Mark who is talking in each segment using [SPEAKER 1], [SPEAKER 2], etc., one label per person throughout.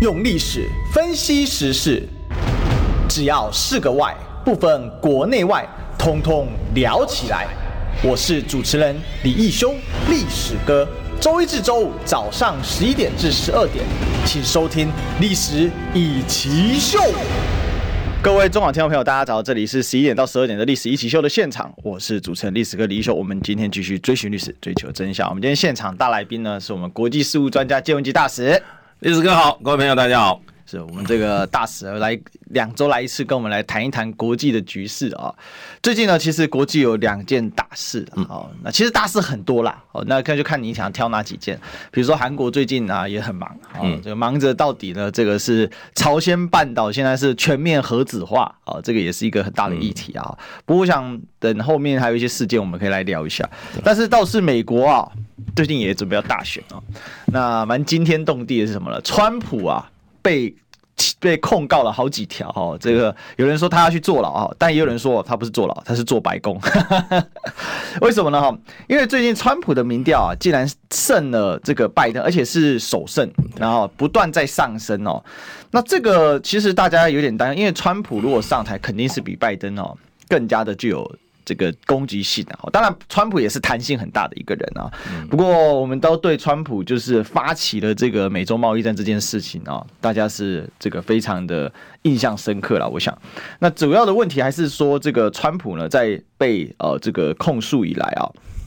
[SPEAKER 1] 用历史分析时事，只要是个“外”，不分国内外，通通聊起来。我是主持人李义修，历史哥。周一至周五早上十一点至十二点，请收听《历史一奇秀》。各位中广听众朋友，大家早！这里是十一点到十二点的《历史一起秀》的现场，我是主持人历史哥李一修。我们今天继续追寻历史，追求真相。我们今天现场大来宾呢，是我们国际事务专家建文吉大使。
[SPEAKER 2] 历史哥好，各位朋友大家好。
[SPEAKER 1] 是我们这个大使来两周来一次，跟我们来谈一谈国际的局势啊、最近呢，其实国际有两件大事啊哦，那其实大事很多啦哦，那看就看你想挑哪几件。比如说韩国最近啊也很忙哦，这个忙着到底呢，这个是朝鲜半岛现在是全面核子化哦，这个也是一个很大的议题啊。不过我想等后面还有一些事件，我们可以来聊一下。但是倒是美国啊，最近也准备要大选啊，那蛮惊天动地的是什么呢？川普啊。被被控告了好几条哦，这个有人说他要去坐牢哦，但也有人说他不是坐牢，他是坐白宫。 为什么呢？哈，哦因为最近川普的民调啊，竟然胜了这个拜登，而且是首胜，然后不断在上升哦。那这个其实大家有点担心，因为川普如果上台，肯定是比拜登哦更加的具有这个攻击性啊。当然，川普也是弹性很大的一个人啊。不过，我们都对川普就是发起了这个美洲贸易战这件事情啊，大家是这个非常的印象深刻了。我想，那主要的问题还是说，这个川普呢，在被呃这个控诉以来啊，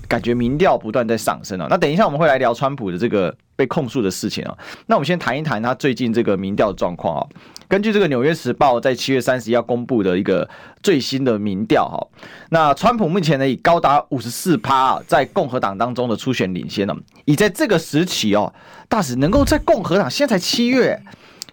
[SPEAKER 1] 感觉民调不断在上升啊。那等一下我们会来聊川普的这个被控诉的事情啊。那我们先谈一谈他最近这个民调状况啊。根据这个《纽约时报》在七月三十要公布的一个最新的民调哈，那川普目前呢以高达五十四趴在共和党当中的初选领先呢，已在这个时期哦，大使能够在共和党现在才七月，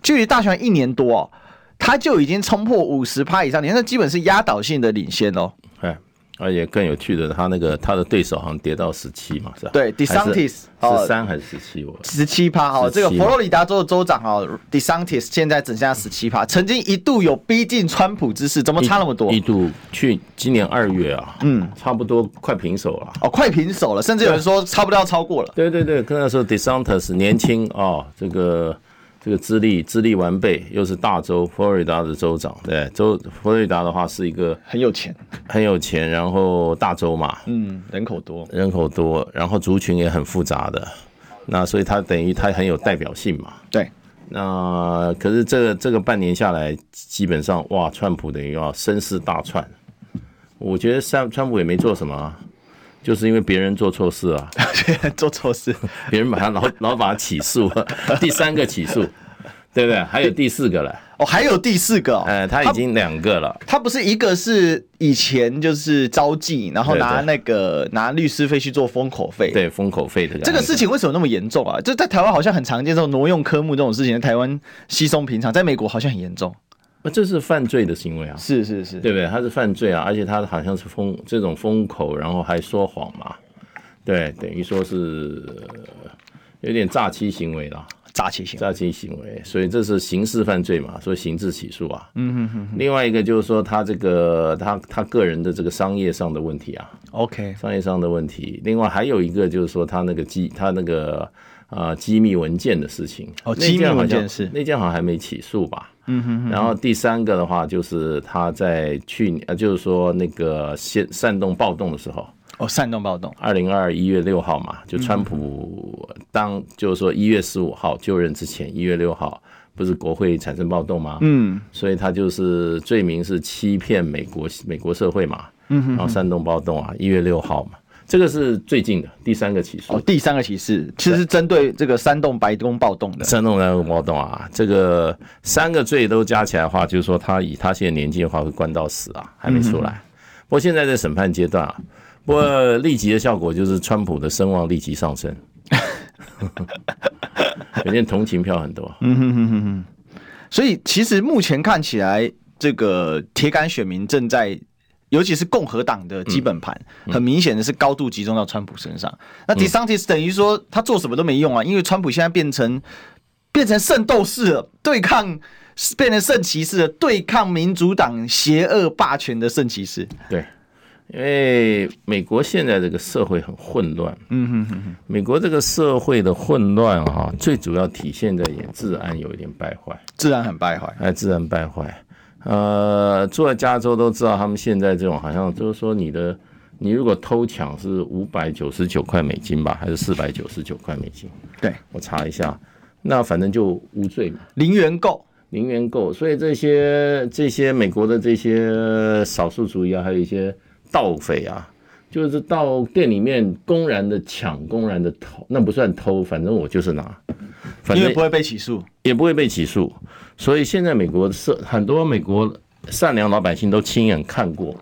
[SPEAKER 1] 距离大选一年多哦，他就已经冲破五十趴以上，你看那基本是压倒性的领先哦。
[SPEAKER 2] 哎，而且更有趣的，他那个他的对手好像跌到十七嘛，是吧？
[SPEAKER 1] 对，DeSantis，哦
[SPEAKER 2] 十三还是十七？我
[SPEAKER 1] 十七趴哈，
[SPEAKER 2] 17
[SPEAKER 1] 这个佛罗里达州的州长哈 DeSantis 现在只剩下十七趴，曾经一度有逼近川普之势，怎么差那么多？
[SPEAKER 2] 一度去今年二月啊，嗯，差不多快平手了。
[SPEAKER 1] 哦，快平手了，甚至有人说差不多要超过了。
[SPEAKER 2] 对对对，跟那时候 DeSantis 年轻啊、这个这个资历资历完备，又是大州佛罗里达的州长，对，州佛罗里达的话是一个
[SPEAKER 1] 很有钱，
[SPEAKER 2] 很有钱，然后大州嘛，
[SPEAKER 1] 嗯，人口多，
[SPEAKER 2] 人口多，然后族群也很复杂的，那所以他等于他很有代表性嘛。
[SPEAKER 1] 对，
[SPEAKER 2] 那可是这个这个半年下来，基本上哇，川普等于要声势大窜。我觉得川川普也没做什么、啊，就是因为别人做错事啊，
[SPEAKER 1] 做错事，
[SPEAKER 2] 别人把他老 老把他起诉了，第三个起诉，对不对？还有第四个了，
[SPEAKER 1] 哦，还有第四个、哦，
[SPEAKER 2] 呃，他已经两个了，
[SPEAKER 1] 他不是一个是以前就是招妓，然后拿
[SPEAKER 2] 对对
[SPEAKER 1] 那个拿律师费去做封口费，，
[SPEAKER 2] 对封口费的
[SPEAKER 1] 这个事情为什么那么严重啊？就在台湾好像很常见，这种挪用科目这种事情，在台湾稀松平常，在美国好像很严重，
[SPEAKER 2] 呃这是犯罪的行为啊，
[SPEAKER 1] 是是是，
[SPEAKER 2] 对不对？他是犯罪啊，而且他好像是封这种封口，然后还说谎嘛，对，等于说是呃有点诈欺行为啦，
[SPEAKER 1] 诈欺行为，
[SPEAKER 2] 诈欺行为，所以这是刑事犯罪嘛，所以刑事起诉啊。嗯哼哼。另外一个就是说他这个他他个人的这个商业上的问题啊，
[SPEAKER 1] ，OK，
[SPEAKER 2] 商业上的问题。另外还有一个就是说他那个机他那个啊、呃机密文件的事情，
[SPEAKER 1] 哦
[SPEAKER 2] 那
[SPEAKER 1] 机密
[SPEAKER 2] 件好像
[SPEAKER 1] 文件是
[SPEAKER 2] 那件好像还没起诉吧？嗯哼然后第三个的话就是他在去年呃就是说那个煽煽动暴动的时候。
[SPEAKER 1] 哦，煽动暴动，
[SPEAKER 2] 二零二一月六号嘛，就川普当就是说一月十五号就任之前，一月六号不是国会产生暴动吗？嗯，所以他就是罪名是欺骗美国美国社会嘛，嗯，然后煽动暴动啊，一月六号嘛，这个是最近的第三个起诉
[SPEAKER 1] 哦，，第三个歧视其实是针对这个煽动白宫暴动的，
[SPEAKER 2] 煽动煽动暴动啊，这个三个罪都加起来的话，就是说他以他现在年纪的话会关到死啊，还没出
[SPEAKER 1] 嗯
[SPEAKER 2] 来。不过现在在审判阶段啊，不过立即的效果就是川普的声望立即 上升，可见同情票很多。
[SPEAKER 1] 嗯所以其实目前看起来，这个铁杆选民正在，尤其是共和党的基本盘，
[SPEAKER 2] 嗯
[SPEAKER 1] 很明显的是高度集中到川普身上。那 DeSantis 等于说他做什么都没用啊，因为川普现在变成变成圣斗士了，对抗变成圣骑士了，对抗民主党邪恶霸权的圣骑士。
[SPEAKER 2] 对，因为美国现在这个社会很混乱，
[SPEAKER 1] 嗯哼哼哼，
[SPEAKER 2] 美国这个社会的混乱啊，最主要体现在也治安有一点败坏，
[SPEAKER 1] 自然很败坏，
[SPEAKER 2] 哎，治安败坏。呃，住在加州都知道，他们现在这种好像就是说你的，你如果偷抢是五百九十九块美金吧，还是四百九十九块美金？
[SPEAKER 1] 对，
[SPEAKER 2] 我查一下，那反正就无罪嘛，
[SPEAKER 1] 零元购，
[SPEAKER 2] 零元购。所以这些这些美国的这些少数族裔啊，还有一些盗匪啊，就是到店里面公然的抢，公然的偷，那不算偷，反正我就是拿，反
[SPEAKER 1] 因
[SPEAKER 2] 正
[SPEAKER 1] 为不会被起诉，
[SPEAKER 2] 也不会被起诉。所以现在美国社很多美国善良老百姓都亲眼看过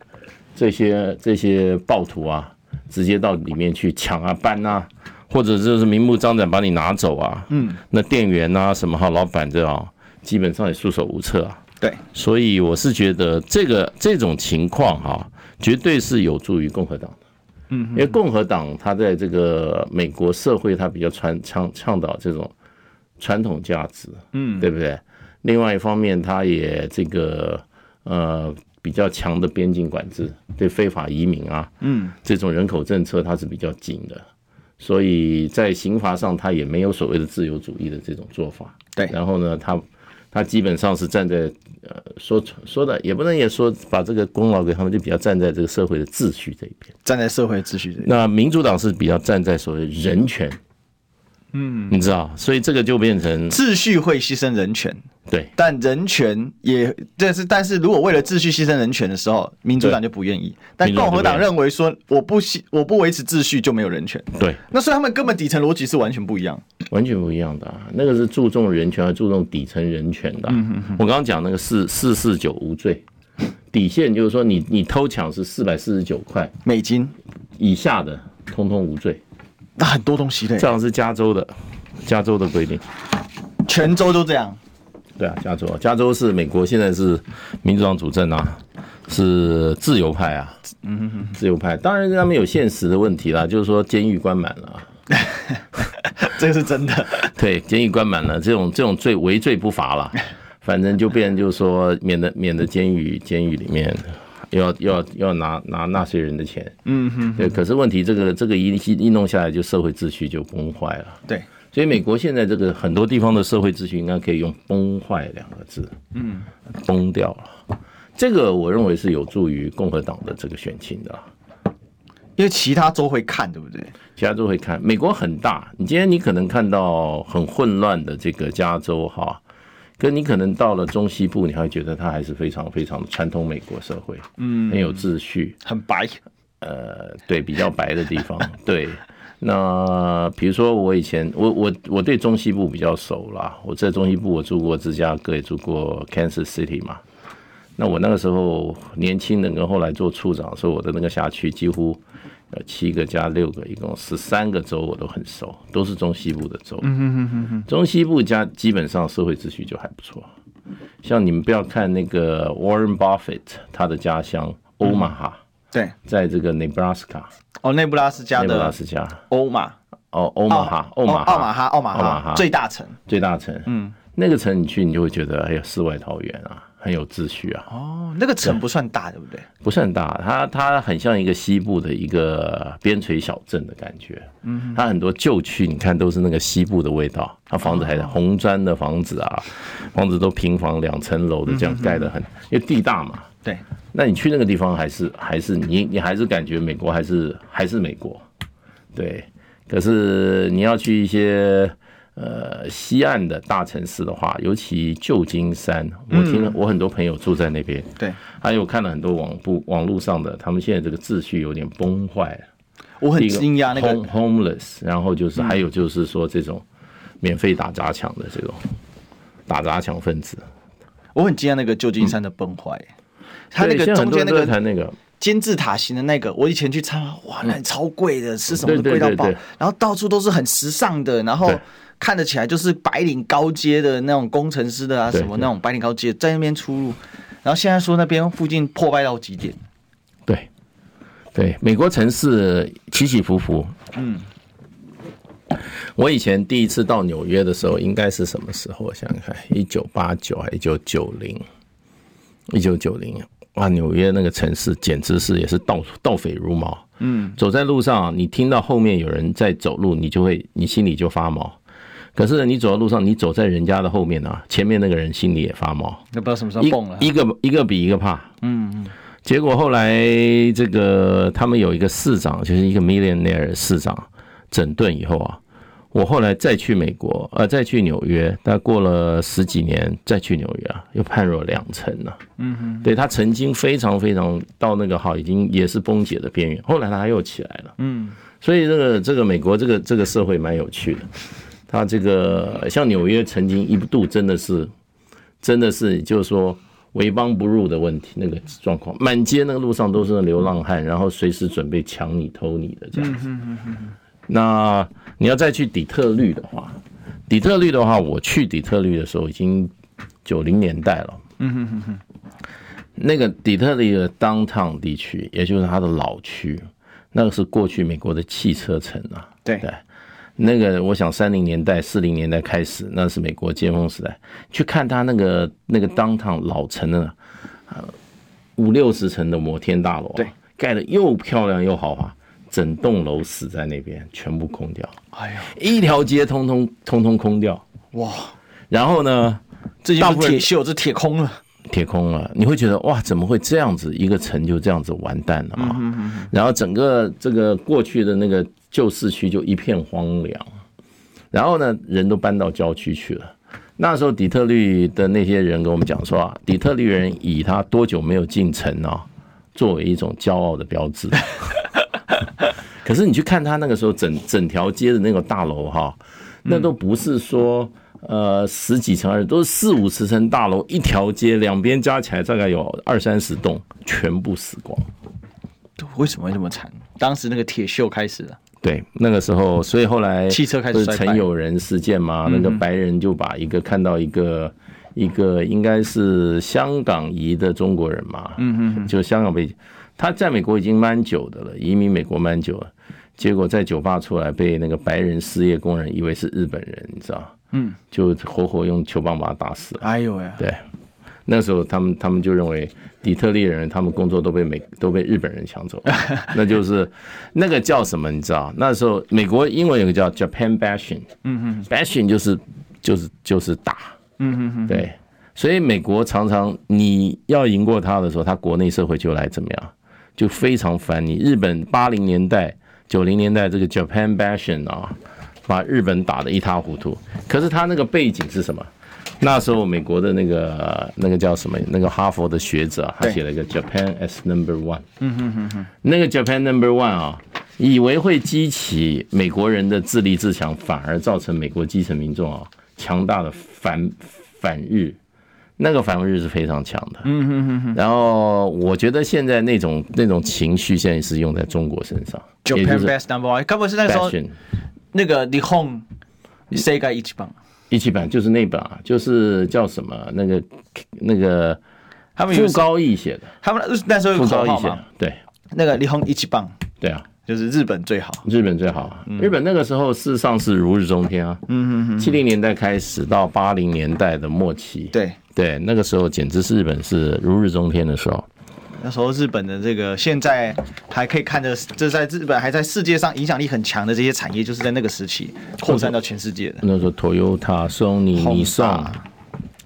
[SPEAKER 2] 这些这些暴徒啊，直接到里面去抢啊、搬啊，或者就是明目张胆把你拿走啊。嗯，那店员啊什么哈，老板这样基本上也束手无策啊。
[SPEAKER 1] 对，
[SPEAKER 2] 所以我是觉得这个这种情况哈、绝对是有助于共和党的。嗯，因为共和党它在这个美国社会，它比较传倡倡导这种传统价值，嗯，对不对？另外一方面，它也这个呃比较强的边境管制，对非法移民啊，
[SPEAKER 1] 嗯，
[SPEAKER 2] 这种人口政策它是比较紧的，所以在刑罚上它也没有所谓的自由主义的这种做法。
[SPEAKER 1] 对
[SPEAKER 2] 然后呢，它它基本上是站在呃说说的也不能也说把这个功劳给他们，就比较站在这个社会的秩序这一边。
[SPEAKER 1] 站在社会秩序这里，
[SPEAKER 2] 那民主党是比较站在所谓人权，嗯，你知道，所以这个就变成
[SPEAKER 1] 秩序会牺牲人权，
[SPEAKER 2] 对。
[SPEAKER 1] 但人权也，但是但是如果为了秩序牺牲人权的时候，民主党就不愿意，但
[SPEAKER 2] 民主党
[SPEAKER 1] 共和党
[SPEAKER 2] 就不愿意
[SPEAKER 1] 认为说我不牺我不维持秩序就没有人权，
[SPEAKER 2] 对，
[SPEAKER 1] 那所以他们根本底层逻辑是完全不一样。
[SPEAKER 2] 完全不一样的、啊。那个是注重人权，还注重底层人权的啊、我刚刚讲那个四四四九无罪，底线就是说你你偷抢是四百四十九块
[SPEAKER 1] 美金，
[SPEAKER 2] 以下的，通通无罪。
[SPEAKER 1] 那很多东西嘞
[SPEAKER 2] 这，样是啊加州的，加州的规定。
[SPEAKER 1] 全州都这样。
[SPEAKER 2] 对啊，加州，加州是美国现在是民主党主政啊，是自由派啊，嗯，自由派。当然他们有现实的问题啦，就是说监狱关满了啊。
[SPEAKER 1] 这个是真 的，
[SPEAKER 2] 对，监狱关满了，这种这种罪为罪不罚了，反正就变成就是说，免得免得监狱监狱里面又要又要又要拿拿纳税人的钱，
[SPEAKER 1] 嗯哼，
[SPEAKER 2] 对。可是问题这个这个一一弄下来，就社会秩序就崩坏了。
[SPEAKER 1] 对，
[SPEAKER 2] 所以美国现在这个很多地方的社会秩序，应该可以用“崩坏”两个字，嗯，崩掉了。这个我认为是有助于共和党的这个选情的啊。
[SPEAKER 1] 因为其他州会看，对不对？
[SPEAKER 2] 其他州会看。美国很大，你今天你可能看到很混乱的这个加州哈，跟你可能到了中西部，你还会觉得它还是非常非常传统美国社会，嗯，很有秩序，
[SPEAKER 1] 很白，
[SPEAKER 2] 呃，对，比较白的地方， 对。那比如说我以前我我我对中西部比较熟啦，我在中西部我住过芝加哥，也住过 Kansas City 嘛。那我那个时候年轻人跟后来做处长的时候，我的那个辖区几乎呃七个加六个，一共十三个州我都很熟，都是中西部的州。中西部加基本上社会秩序就还不错。像你们不要看那个 Warren Buffett 他的家乡 Omaha，、
[SPEAKER 1] 对。
[SPEAKER 2] 在这个 Nebraska
[SPEAKER 1] 哦，内布拉斯加
[SPEAKER 2] 内布拉
[SPEAKER 1] 的
[SPEAKER 2] 斯加
[SPEAKER 1] 欧马，
[SPEAKER 2] 哦，欧马哈，
[SPEAKER 1] 奥
[SPEAKER 2] 欧马
[SPEAKER 1] 奥马哈，奥马
[SPEAKER 2] 奥马
[SPEAKER 1] 哈
[SPEAKER 2] 哈
[SPEAKER 1] 最大城。
[SPEAKER 2] 最大城，嗯，那个城你去，你就会觉得哎呀，世外桃源啊，很有秩序啊，
[SPEAKER 1] 哦，那个城不算大，对不对？
[SPEAKER 2] 不是很大，它它很像一个西部的一个边陲小镇的感觉，嗯，它很多旧区，你看都是那个西部的味道，它房子还红砖的房子啊，房子都平房两层楼的这样盖的很，因为地大嘛，
[SPEAKER 1] 对，
[SPEAKER 2] 那你去那个地方还是还是你你还是感觉美国还是还是美国，对。可是你要去一些呃西岸的大城市的话，尤其旧金山，
[SPEAKER 1] 嗯
[SPEAKER 2] 我听了我很多朋友住在那边，
[SPEAKER 1] 对
[SPEAKER 2] 还有看了很多网部网络上的，他们现在这个秩序有点崩坏了。
[SPEAKER 1] 我很
[SPEAKER 2] 第一个
[SPEAKER 1] 惊讶那个嗯
[SPEAKER 2] home- homeless，然后就是还有就是说这种免费打砸抢的这种打砸抢分子，
[SPEAKER 1] 我很惊讶那个旧金山的崩坏，它那
[SPEAKER 2] 嗯对
[SPEAKER 1] 个
[SPEAKER 2] 现在
[SPEAKER 1] 中
[SPEAKER 2] 很多
[SPEAKER 1] 间
[SPEAKER 2] 人
[SPEAKER 1] 那
[SPEAKER 2] 都在
[SPEAKER 1] 个
[SPEAKER 2] 谈那个
[SPEAKER 1] 金字塔型的那个，我以前去参观，哇，那超贵的，吃什么都
[SPEAKER 2] 对
[SPEAKER 1] 贵
[SPEAKER 2] 对
[SPEAKER 1] 到
[SPEAKER 2] 对
[SPEAKER 1] 爆
[SPEAKER 2] 对，
[SPEAKER 1] 然后到处都是很时尚的，然后
[SPEAKER 2] 对
[SPEAKER 1] 看得起来就是白领高阶的那种工程师的啊，
[SPEAKER 2] 对
[SPEAKER 1] 什么
[SPEAKER 2] 对
[SPEAKER 1] 那种白领高阶在那边出入，然后现在说那边附近破败到极点，
[SPEAKER 2] 对，对，美国城市起起伏伏。嗯，我以前第一次到纽约的时候，应该是什么时候？我想想看，一九八九还一九九零，一九九零。哇，纽约那个城市简直是也是倒倒匪如毛。嗯，走在路上啊，你听到后面有人在走路，你就会你心里就发毛。可是呢你走在路上，你走在人家的后面啊，前面那个人心里也发毛，
[SPEAKER 1] 那不知道什么时候
[SPEAKER 2] 一
[SPEAKER 1] 蹦了。啊
[SPEAKER 2] 一个一个比一个怕。嗯嗯。结果后来这个他们有一个市长，就是一个 millionaire 市长整顿以后啊，我后来再去美国，呃，再去纽约，但过了十几年再去纽约啊，又判若两城了、嗯哼，对他曾经非常非常到那个好，已经也是崩解的边缘，后来他又起来了。嗯，所以这个这个美国这个这个社会蛮有趣的，他这个像纽约曾经一度真的是真的是就是说为邦不入的问题，那个状况，满街那个路上都是流浪汉，然后随时准备抢你、偷你的这样子。那你要再去底特律的话，底特律的话，我去底特律的时候已经九零年代了。嗯哼哼哼，那个底特律的 downtown 地区，也就是它的老区，那个是过去美国的汽车城啊。
[SPEAKER 1] 对
[SPEAKER 2] 对那个我想三零年代、四零年代开始，那是美国尖峰时代。去看他那个那个当堂老城的，呃，五六十层的摩天大楼、啊
[SPEAKER 1] 对，
[SPEAKER 2] 盖的又漂亮又豪华，整栋楼死在那边，全部空掉，
[SPEAKER 1] 哎呀，
[SPEAKER 2] 一条街通通通通空掉。
[SPEAKER 1] 哇，
[SPEAKER 2] 然后呢，
[SPEAKER 1] 这已经
[SPEAKER 2] 大
[SPEAKER 1] 不
[SPEAKER 2] 部
[SPEAKER 1] 是
[SPEAKER 2] 分
[SPEAKER 1] 铁锈，这铁空了。
[SPEAKER 2] 铁空了，你会觉得哇，怎么会这样子一个城就这样子完蛋了啊？然后整个这个过去的那个旧市区就一片荒凉，然后呢，人都搬到郊区去了。那时候底特律的那些人跟我们讲说啊，底特律人以他多久没有进城啊，作为一种骄傲的标志。 可是你去看他那个时候整整条街的那个大楼哈、那都不是说呃十几层，而都是四五十层大楼，一条街两边加起来大概有二三十栋，全部死光。
[SPEAKER 1] 为什么会这么惨？当时那个铁锈开始了，
[SPEAKER 2] 对，那个时候，所以后来
[SPEAKER 1] 汽车开始
[SPEAKER 2] 不是
[SPEAKER 1] 衰败嗯
[SPEAKER 2] 曾有人事件嘛，那个白人就把一个看到一个一个应该是香港裔的中国人嘛，嗯嗯，就香港被他在美国已经蛮久的了，移民美国蛮久了，结果在酒吧出来被那个白人失业工人以为是日本人，你知道，嗯，就活活用球棒把他打死了。
[SPEAKER 1] 哎呦喂，
[SPEAKER 2] 对，那时候他们他们就认为底特律人他们工作都被美都被日本人抢 走了，那就是那个叫什么你知道？那时候美国英文有个叫 Japan bashing，嗯嗯，bashing 就是就是就是打，嗯嗯嗯，对，所以美国常常你要赢过他的时候，他国内社会就来怎么样，就非常烦你。日本八零年代、九零年代这个 Japan bashing 啊，把日本打得一塌糊涂。可是他那个背景是什么？那时候美国的那个那个叫什么？那个哈佛的学者、啊，他
[SPEAKER 1] 对
[SPEAKER 2] 写了一个 Japan as number one。嗯哼哼哼，那个 Japan number one 啊，以为会激起美国人的自立自强，反而造成美国基层民众啊强大的反反日。那个反日是非常强的，嗯哼哼。然后我觉得现在那种那种情绪，现在是用在中国身上，也就
[SPEAKER 1] Japan
[SPEAKER 2] 是
[SPEAKER 1] Best Number One，该不会是那时候
[SPEAKER 2] fashion
[SPEAKER 1] 那个 Nihon Sega 一起棒？
[SPEAKER 2] 一起版就是那本啊，就是叫什么那个那个
[SPEAKER 1] 他们有
[SPEAKER 2] 傅高义写的，
[SPEAKER 1] 他们那时候有
[SPEAKER 2] 傅
[SPEAKER 1] 口
[SPEAKER 2] 高义
[SPEAKER 1] 号
[SPEAKER 2] 写
[SPEAKER 1] 嘛
[SPEAKER 2] 的？，对
[SPEAKER 1] 那个 Nihon 一起棒
[SPEAKER 2] 对啊，
[SPEAKER 1] 就是日本最好。
[SPEAKER 2] 日本最好啊，
[SPEAKER 1] 嗯
[SPEAKER 2] 日本那个时候事实上是如日中天啊，嗯嗯嗯，七零年代开始到八零年代的末期，
[SPEAKER 1] 对，
[SPEAKER 2] 对，那个时候简直是日本是如日中天的时候，
[SPEAKER 1] 那时候日本的这个现在还可以看着，这在日本还在世界上影响力很强的这些产业，就是在那个时期扩散到全世界的。
[SPEAKER 2] 那时候 Toyota、Sony、Nissan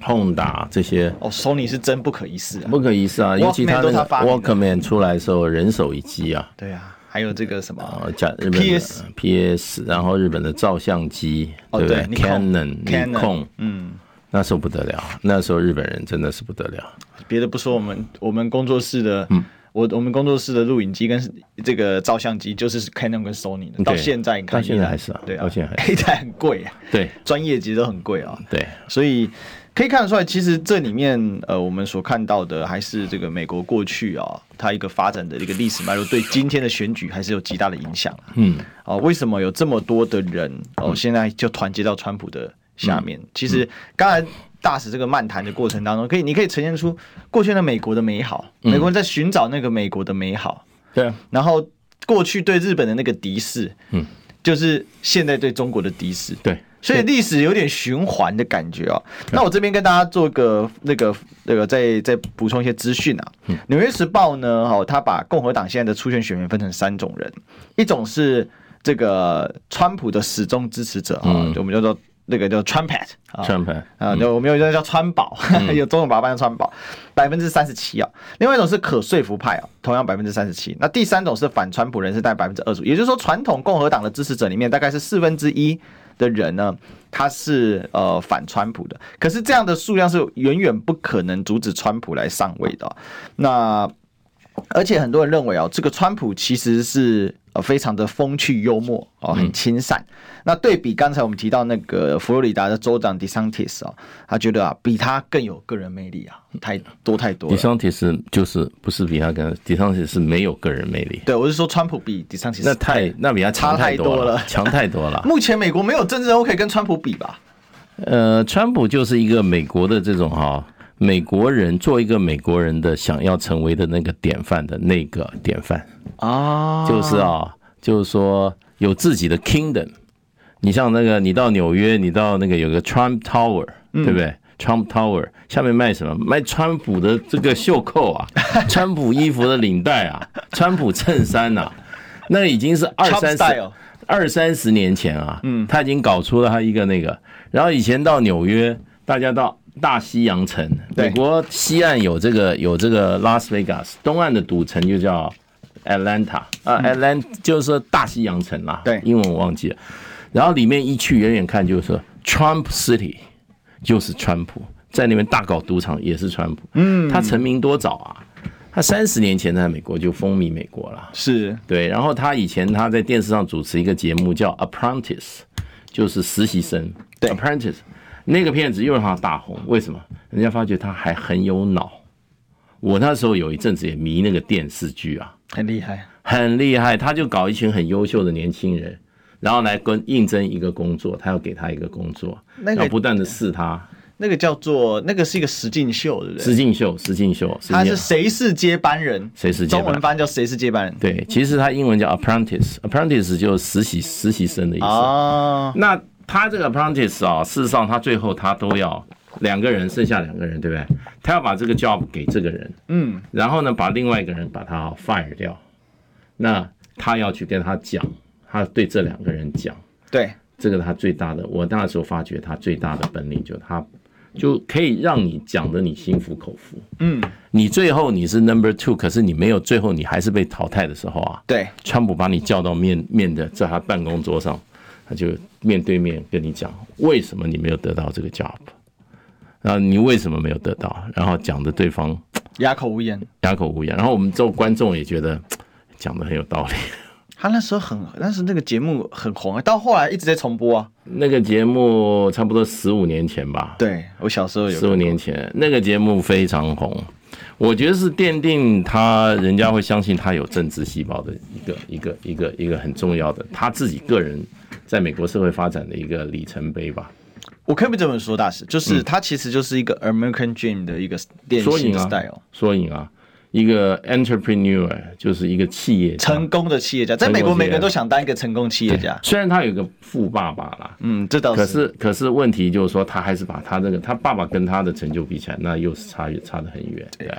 [SPEAKER 1] Honda、
[SPEAKER 2] Honda 这些
[SPEAKER 1] 哦，Sony 是真不可一世啊！
[SPEAKER 2] 不可一世啊，
[SPEAKER 1] Walkman
[SPEAKER 2] 尤其他
[SPEAKER 1] 都
[SPEAKER 2] 那
[SPEAKER 1] 是他
[SPEAKER 2] 个
[SPEAKER 1] 发明的
[SPEAKER 2] Walkman 出来的时候，人手一机啊，
[SPEAKER 1] 对啊，还有这个什么，
[SPEAKER 2] 啊，假日本的
[SPEAKER 1] PS
[SPEAKER 2] PS，然后日本的照相机，
[SPEAKER 1] 哦
[SPEAKER 2] 对不
[SPEAKER 1] 对
[SPEAKER 2] 对？Canon、
[SPEAKER 1] Canon
[SPEAKER 2] 嗯，那时候不得了，那时候日本人真的是不得了。
[SPEAKER 1] 别的不说，我们我们工作室的，
[SPEAKER 2] 嗯
[SPEAKER 1] 我我们工作室的录影机跟这个照相机就是 Canon 跟 Sony 的，到
[SPEAKER 2] 对
[SPEAKER 1] 现在你看
[SPEAKER 2] 到现在还是啊
[SPEAKER 1] 对啊，
[SPEAKER 2] 到现在 还
[SPEAKER 1] A 台很贵啊，
[SPEAKER 2] 对
[SPEAKER 1] 专业级都很贵啊，
[SPEAKER 2] 对，
[SPEAKER 1] 所以可以看得出来，其实这里面呃，我们所看到的还是这个美国过去啊、它一个发展的一个历史脉络，对今天的选举还是有极大的影响啊。
[SPEAKER 2] 嗯，
[SPEAKER 1] 哦，为什么有这么多的人哦，现在就团结到川普的下
[SPEAKER 2] 嗯
[SPEAKER 1] 面？其实刚才大使这个漫谈的过程当中，可以你可以呈现出过去的美国的美好，
[SPEAKER 2] 嗯
[SPEAKER 1] 美国人在寻找那个美国的美好，
[SPEAKER 2] 对啊，
[SPEAKER 1] 然后过去对日本的那个敌视，
[SPEAKER 2] 嗯，
[SPEAKER 1] 就是现在对中国的敌视，
[SPEAKER 2] 对
[SPEAKER 1] 所以历史有点循环的感觉哦。那我这边跟大家做个那个那个再再补充一些资讯啊。《纽约时报》呢，哦，他把共和党现在的初选选民分成三种人，一种是这个川普的始终支持者啊、哦，就我们叫做那个叫 Trumpet 啊、
[SPEAKER 2] 川普，
[SPEAKER 1] 啊，对，我们有一个叫川宝， 有中文把它翻成川宝，百分之三十七啊。另外一种是可说服派啊，同样百分之三十七。那第三种是反川普人士，大概百分之二十五。也就是说，传统共和党的支持者里面，大概是四分之一的人呢，他是呃反川普的。可是这样的数量是远远不可能阻止川普来上位的啊、那而且很多人认为哦，这个川普其实是呃非常的风趣幽默哦，
[SPEAKER 2] 嗯
[SPEAKER 1] 很亲善。那对比刚才我们提到那个佛罗里达的州长 DeSantis 哦，他觉得啊比他更有个人魅力啊，太多太多
[SPEAKER 2] 迪
[SPEAKER 1] 了。
[SPEAKER 2] 桑提斯就是不是比他跟迪桑提斯没有个人魅力，
[SPEAKER 1] 对，我是说川普比 DeSantis
[SPEAKER 2] 那太那比他强
[SPEAKER 1] 差太
[SPEAKER 2] 多
[SPEAKER 1] 多了
[SPEAKER 2] 强太多了。
[SPEAKER 1] 目前美国没有政治人物可以跟川普比吧？
[SPEAKER 2] 呃，川普就是一个美国的这种哈、美国人做一个美国人的想要成为的那个典范的那个典范，
[SPEAKER 1] 啊，
[SPEAKER 2] 就是啊、就是说有自己的 kingdom。你像那个，你到纽约，你到那个有个 Trump Tower，、对不
[SPEAKER 1] 嗯
[SPEAKER 2] 对？Trump Tower 下面卖什么？卖川普的这个袖 扣啊，川普衣服的领带啊，川普衬衫呐、那已经是二
[SPEAKER 1] Trump
[SPEAKER 2] 三十
[SPEAKER 1] style
[SPEAKER 2] 二三十年前啊，嗯，他已经搞出了他一个那个。然后以前到纽约，大家到大西洋城，
[SPEAKER 1] 对
[SPEAKER 2] 美国西岸有这个有这个拉斯维加斯，东岸的赌城就叫 Atlanta 啊、a t l a n t 就是说大西洋城啦，
[SPEAKER 1] 对
[SPEAKER 2] 英文我忘记了。然后里面一去远远看就是说 Trump City，就是川普在那边大搞赌场也是川普，嗯，他成名多早啊，他三十年前在美国就风靡美国了。
[SPEAKER 1] 是
[SPEAKER 2] 对，然后他以前他在电视上主持一个节目叫《Apprentice》，就是实习生。
[SPEAKER 1] 对
[SPEAKER 2] Apprentice》那个片子又让他大红，为什么？人家发觉他还很有脑。我那时候有一阵子也迷那个电视剧啊，
[SPEAKER 1] 很厉害，
[SPEAKER 2] 很厉害，他就搞一群很优秀的年轻人，然后来跟应征一个工作，他要给他一个工作，
[SPEAKER 1] 那个
[SPEAKER 2] 然后不断的试他，
[SPEAKER 1] 那个叫做那个是一个实境秀，对不对？
[SPEAKER 2] 施敬秀，施敬秀，施
[SPEAKER 1] 他
[SPEAKER 2] 敬
[SPEAKER 1] 是谁是接班人？
[SPEAKER 2] 谁是接班
[SPEAKER 1] 中文翻叫谁是接班人？
[SPEAKER 2] 对，其实他英文叫 apprentice，apprentice 就是实习实习生的意思。
[SPEAKER 1] 啊，
[SPEAKER 2] 那他这个 apprentice 啊、事实上他最后他都要两个人，剩下两个人，对不对？他要把这个 job 给这个人，
[SPEAKER 1] 嗯，
[SPEAKER 2] 然后呢，把另外一个人把他 fire 掉。那他要去跟他讲，他对这两个人讲，
[SPEAKER 1] 对，
[SPEAKER 2] 这个他最大的，我那时候发觉他最大的本领就是他就可以让你讲的你心服口服。
[SPEAKER 1] 嗯，
[SPEAKER 2] 你最后你是 number two，可是你没有最后你还是被淘汰的时候啊，
[SPEAKER 1] 对，
[SPEAKER 2] 川普把你叫到面面的，在他办公桌上，他就面对面跟你讲为什么你没有得到这个 job，然后你为什么没有得到，然后讲的对方
[SPEAKER 1] 哑口无言。
[SPEAKER 2] 哑口无言，然后我们做观众也觉得讲的很有道理。
[SPEAKER 1] 他那时候很，那时候那个节目很红啊，到后来一直在重播啊。
[SPEAKER 2] 那个节目差不多十五年前吧，
[SPEAKER 1] 对我小时候
[SPEAKER 2] 十五
[SPEAKER 1] 有，
[SPEAKER 2] 年前那个节目非常红，我觉得是奠定他人家会相信他有政治细胞的一个一个一个一个很重要的他自己个人在美国社会发展的一个里程碑吧。
[SPEAKER 1] 我可以不这么说，大师，就是他其实就是一个 American Dream 的一个典
[SPEAKER 2] 缩
[SPEAKER 1] 型
[SPEAKER 2] 影
[SPEAKER 1] 的
[SPEAKER 2] 啊
[SPEAKER 1] style，，
[SPEAKER 2] 缩影啊，一个 entrepreneur 就是一个企业家
[SPEAKER 1] 成功的企业家，在美国每个人都想当一个成功企业家。
[SPEAKER 2] 虽然他有个富爸爸啦，
[SPEAKER 1] 嗯，这倒
[SPEAKER 2] 可
[SPEAKER 1] 是
[SPEAKER 2] 是可是问题就是说，他还是把他那个他爸爸跟他的成就比起来，那又是差差得很远。对，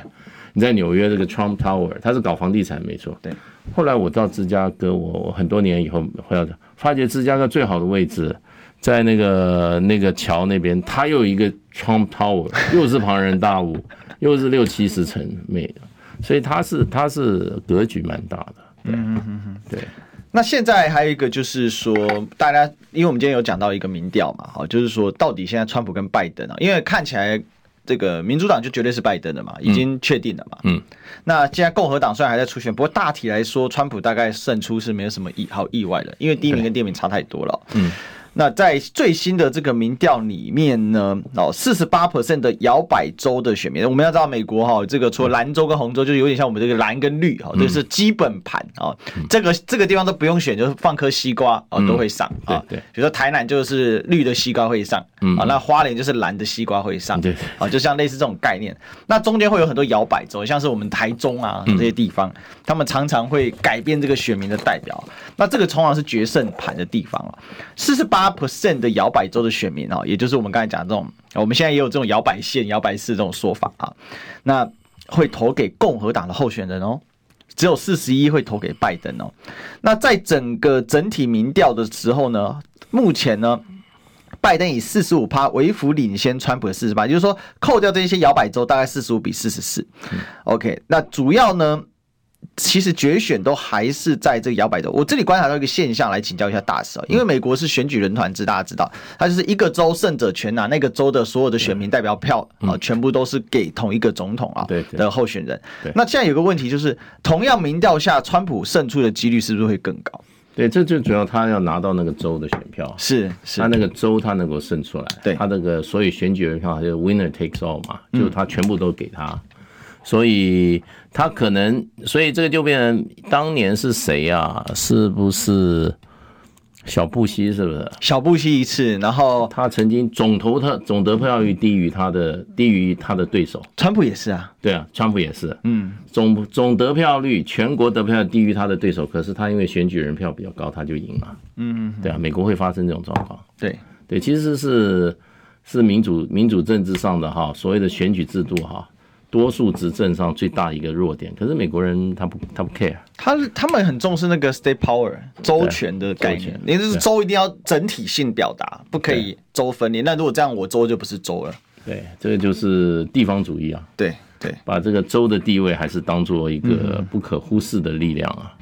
[SPEAKER 2] 你在纽约这个 Trump Tower，他是搞房地产没错。
[SPEAKER 1] 对，
[SPEAKER 2] 后来我到芝加哥，我我很多年以后回到，发觉芝加哥最好的位置。在那个那个桥那边，它又有一个 Trump Tower，又是庞然大物，又是六七十层，每，所以它是它是格局蛮大的。
[SPEAKER 1] 那现在还有一个就是说，大家因为我们今天有讲到一个民调嘛，好，就是说到底现在川普跟拜登啊，因为看起来这个民主党就绝对是拜登的嘛，已经确定了嘛。
[SPEAKER 2] 嗯。
[SPEAKER 1] 那现在共和党虽然还在初选，不过大体来说，川普大概胜出是没有什么意好意外的，因为第一名跟第二名差太多了。嗯。那在最新的这个民调里面呢，哦，四十八 percent 的摇摆州的选民，我们要知道美国哈、这个除了蓝州跟红州，就有点像我们这个蓝跟绿
[SPEAKER 2] 嗯
[SPEAKER 1] 哈、哦，这是基本盘啊、哦，这个这个地方都不用选，就是放颗西瓜哦都会上啊、
[SPEAKER 2] 对嗯对
[SPEAKER 1] 比如说台南就是绿的西瓜会上，啊，那花莲就是蓝的西瓜会上，
[SPEAKER 2] 对
[SPEAKER 1] 啊，就像类似这种概念。那中间会有很多摇摆州，像是我们台中啊这些地方，他们常常会改变这个选民的代表。那这个通常是决胜盘的地方了、啊，四十八八 percent 的摇摆州的选民啊，也就是我们刚才讲的这种，我们现在也有这种摇摆县、摇摆市这种说法啊，那会投给共和党的候选人哦。只有四十一会投给拜登哦。那在整个整体民调的时候呢，目前呢，拜登以四十五趴为辅领先川普的四十八，也就是说扣掉这些摇摆州，大概四十五比四十四。OK，那主要呢，其实决选都还是在这个摇摆州。我这里观察到一个现象，来请教一下大师哦，因为美国是选举人团制，大家知道，它就是一个州胜者全拿，那个州的所有的选民代表票啊、全部都是给同一个总统啊、
[SPEAKER 2] 嗯对对
[SPEAKER 1] 的候选人
[SPEAKER 2] 对。
[SPEAKER 1] 那现在有个问题就是，同样民调下，川普胜出的几率是不是会更高？
[SPEAKER 2] 对，这最主要他要拿到那个州的选票，
[SPEAKER 1] 是是
[SPEAKER 2] 他，那个州他能够胜出来，
[SPEAKER 1] 对
[SPEAKER 2] 他那个所以选举人票就是 winner takes all 嘛，就他全部都给他，所以他可能，所以这个就变成当年是谁啊？是不是小布希？是不是？
[SPEAKER 1] 小布希一次，然后
[SPEAKER 2] 他曾经总投他总得票率低于他的低于他的对手，
[SPEAKER 1] 川普也是啊，
[SPEAKER 2] 对啊，川普也是，嗯，总总得票率全国得票率低于他的对手，可是他因为选举人票比较高，他就赢了，嗯，对啊，美国会发生这种状况。
[SPEAKER 1] 对，
[SPEAKER 2] 对，其实是是民主民主政治上的哈，所谓的选举制度哈，多数执政上最大一个弱点。可是美国人他不他不 care，
[SPEAKER 1] 他他们很重视那个 state power 周全的概
[SPEAKER 2] 州
[SPEAKER 1] 念
[SPEAKER 2] 权，
[SPEAKER 1] 你就是州一定要整体性表达，不可以州分裂。那如果这样，我州就不是州了。
[SPEAKER 2] 对，这个就是地方主义啊，
[SPEAKER 1] 对对，
[SPEAKER 2] 把这个州的地位还是当做一个不可忽视的力量啊。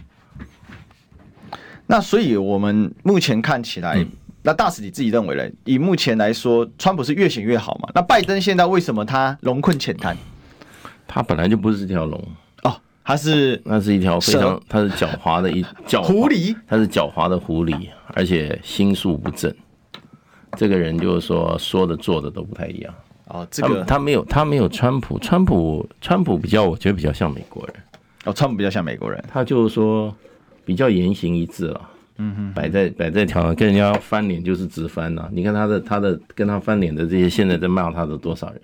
[SPEAKER 1] 那所以我们目前看起来，那大使你自己认为呢？以目前来说，川普是越选越好嘛？那拜登现在为什么他龙困浅滩？
[SPEAKER 2] 它本来就不是这条龙，
[SPEAKER 1] 哦，他是
[SPEAKER 2] 那是一条非常
[SPEAKER 1] 蛇
[SPEAKER 2] 它是狡猾的一狡猾
[SPEAKER 1] 狐狸，
[SPEAKER 2] 他是狡猾的狐狸，而且心术不正。这个人就是说说的做的都不太一样。
[SPEAKER 1] 哦，这
[SPEAKER 2] 他
[SPEAKER 1] 个
[SPEAKER 2] 他没有他没有川普，川普川普比较，我觉得比较像美国人，
[SPEAKER 1] 哦，川普比较像美国人，
[SPEAKER 2] 他就是说比较言行一致了。嗯哼，摆在摆在条上，跟人家翻脸就是直翻呐、你看他的他的跟他翻脸的这些，现在在骂他的多少人？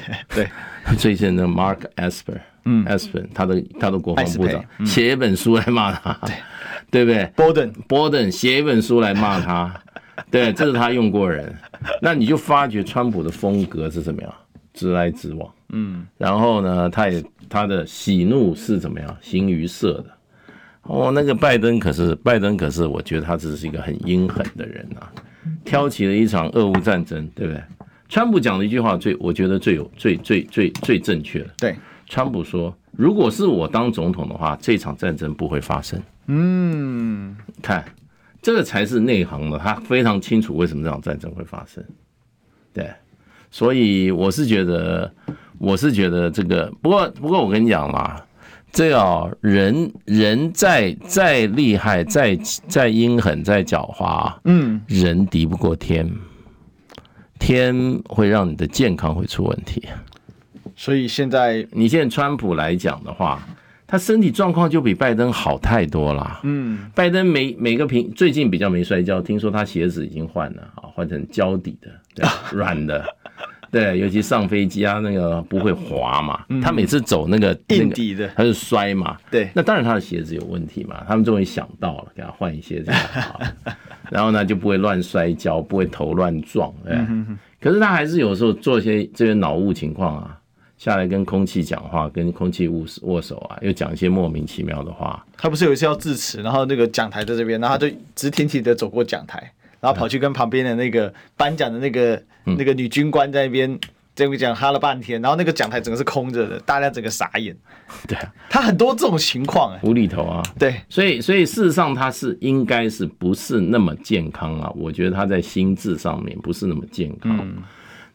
[SPEAKER 1] 对，
[SPEAKER 2] 最近的 Mark Esper，嗯，Esper，他的他的国防部
[SPEAKER 1] 艾斯
[SPEAKER 2] 长
[SPEAKER 1] 培、
[SPEAKER 2] 写一本书来骂他，对不对？
[SPEAKER 1] Borden
[SPEAKER 2] 波登写一本书来骂他，对，这是他用过人。那你就发觉川普的风格是怎么样，直来直往，嗯，然后呢，他也他的喜怒是怎么样，形于色的。哦，那个拜登可是拜登可是，我觉得他只是一个很阴狠的人啊，挑起了一场俄乌战争，对不对？川普讲的一句话最，我觉得最有最最最最正确的。
[SPEAKER 1] 对，
[SPEAKER 2] 川普说：“如果是我当总统的话，这场战争不会发生。”
[SPEAKER 1] 嗯，
[SPEAKER 2] 看，这个才是内行的，他非常清楚为什么这场战争会发生。对，所以我是觉得，我是觉得这个，不过不过我跟你讲啦，这个哦、人人再再厉害，再再阴狠，再狡猾，嗯，人敌不过天。天会让你的健康会出问题。
[SPEAKER 1] 所以现在
[SPEAKER 2] 你现在川普来讲的话，他身体状况就比拜登好太多了。
[SPEAKER 1] 嗯，
[SPEAKER 2] 拜登每每个平最近比较没摔跤，听说他鞋子已经换了啊，换成胶底的，对软的，对，尤其上飞机啊那个不会滑嘛，他每次走那个那
[SPEAKER 1] 印
[SPEAKER 2] 个
[SPEAKER 1] 底的，
[SPEAKER 2] 他就摔嘛，
[SPEAKER 1] 对
[SPEAKER 2] 那当然他的鞋子有问题嘛，他们终于想到了，给他换一些这样好，然后呢就不会乱摔跤，不会头乱撞，对。可是他还是有时候做一些这些脑雾情况啊，下来跟空气讲话，跟空气握手握手啊，又讲一些莫名其妙的话，
[SPEAKER 1] 他不是有一次要致辞，然后那个讲台在这边，然后他就直挺挺的走过讲台，然后跑去跟旁边的那个颁奖的那个、那个女军官在那边这边讲哈了半天，然后那个讲台整个是空着的，大家整个傻眼。
[SPEAKER 2] 对啊，
[SPEAKER 1] 他很多这种情况哎、
[SPEAKER 2] 无厘头啊。
[SPEAKER 1] 对，
[SPEAKER 2] 所以，所以事实上他是应该是不是那么健康啊？我觉得他在心智上面不是那么健康，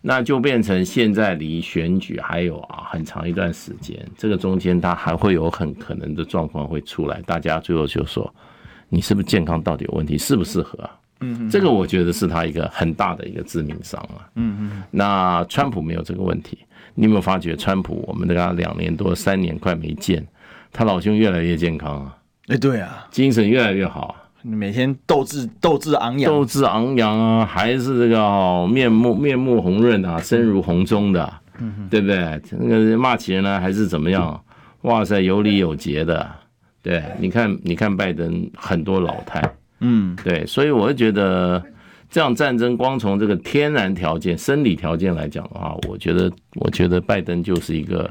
[SPEAKER 2] 那就变成现在离选举还有啊很长一段时间，这个中间他还会有很可能的状况会出来，大家最后就说你是不是健康到底有问题，适不适合啊？嗯，这个我觉得是他一个很大的一个致命伤啊。嗯嗯，那川普没有这个问题，你有没有发觉川普我们跟他两年多三年快没见，他老兄越来越健康啊？
[SPEAKER 1] 哎、对啊，
[SPEAKER 2] 精神越来越好，
[SPEAKER 1] 你每天斗志斗志昂扬，
[SPEAKER 2] 斗志昂扬啊，还是这个、哦、面目面目红润啊，身如红钟的，对不对？那个骂起人来还是怎么样？哇塞，有礼有节的，对，你看你看拜登很多老态，
[SPEAKER 1] 嗯，
[SPEAKER 2] 对，所以我就觉得这样战争光从这个天然条件、生理条件来讲的话，我觉得，我觉得拜登就是一个，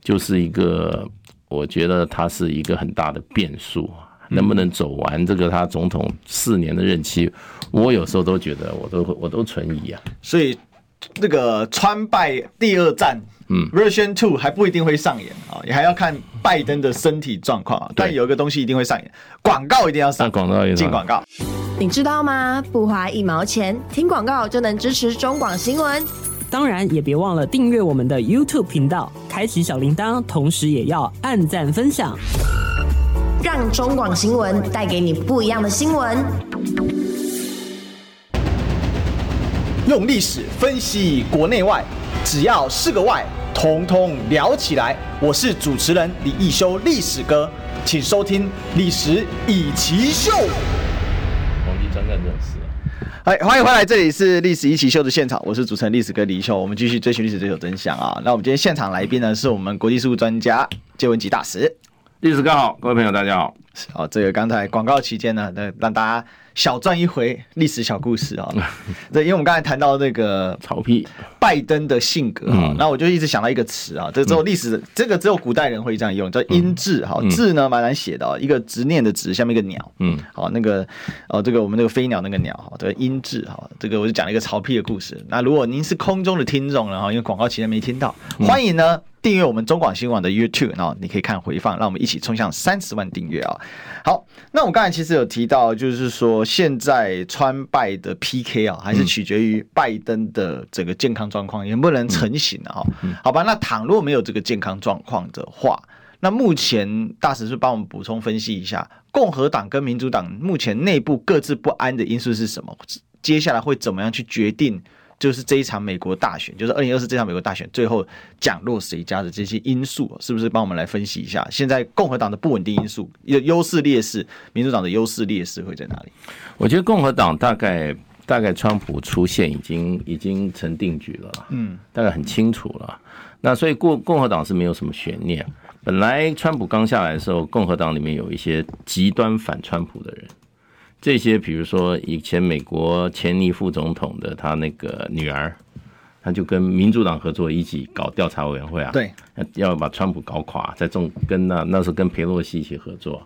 [SPEAKER 2] 就是一个，我觉得他是一个很大的变数啊。能不能走完这个他总统四年的任期，我有时候都觉得我都我都存疑啊。
[SPEAKER 1] 所以那个川拜第二战，嗯，Version Two 还不一定会上演啊，也还要看拜登的身体状况啊。但有一个东西一定会上演，广告一定要上
[SPEAKER 2] 那，广告也
[SPEAKER 1] 进广告。
[SPEAKER 3] 你知道吗？不花一毛钱，听广告就能支持中广新闻。
[SPEAKER 4] 当然也别忘了订阅我们的 YouTube 频道，开启小铃铛，同时也要按赞分享。
[SPEAKER 3] 让中广新闻带给你不一样的新闻。
[SPEAKER 1] 用历史分析国内外，只要是个“外”，统统聊起来。我是主持人李一修，历史哥，请收听《历史以奇秀》。
[SPEAKER 2] 皇帝专干这种事、啊。
[SPEAKER 1] 哎，欢迎回来，这里是《历史一起秀》的现场，我是主持人历史哥李一修，我们继续追寻历史，追求真相啊。那我们今天现场来宾呢，是我们国际事务专家谢文吉大使。
[SPEAKER 2] 历史哥好，各位朋友大家好。
[SPEAKER 1] 好，这个刚才广告期间呢，那让大家小赚一回历史小故事啊、对，因为我们刚才谈到那个
[SPEAKER 2] 曹丕，
[SPEAKER 1] 拜登的性格啊，那我就一直想到一个词啊，这只有历史，这个只有古代人会这样用，叫音字哈，字呢蛮难写的，哦，一个执念的执，下面一个鸟，
[SPEAKER 2] 嗯，
[SPEAKER 1] 好，那个哦，这个我们那个飞鸟那个鸟哈，这个音字哈，这个我就讲了一个曹丕的故事。那如果您是空中的听众了哈，因为广告期间没听到，欢迎呢。订阅我们中广新闻网的 YouTube，然后你可以看回放，让我们一起冲向三十万订阅啊！好，那我刚才其实有提到，就是说现在川拜的 PK 啊，还是取决于拜登的整个健康状况能不能成型啊？好吧，那倘若没有这个健康状况的话，那目前大使是帮我们补充分析一下，共和党跟民主党目前内部各自不安的因素是什么？接下来会怎么样去决定？就是这一场美国大选，就是二零二四这场美国大选最后讲落谁家的这些因素，哦是不是帮我们来分析一下？现在共和党的不稳定因素、优优势劣势，民主党的优势劣势会在哪里？
[SPEAKER 2] 我觉得共和党大概大概川普出现已经已经成定局了啦，
[SPEAKER 1] 嗯，
[SPEAKER 2] 大概很清楚了。那所以共共和党是没有什么悬念。本来川普刚下来的时候，共和党里面有一些极端反川普的人，这些比如说以前美国前尼副总统的他那个女儿，他就跟民主党合作一起搞调查委员会啊，
[SPEAKER 1] 对，
[SPEAKER 2] 要把川普搞垮，在中跟那那时候跟佩洛西一起合作，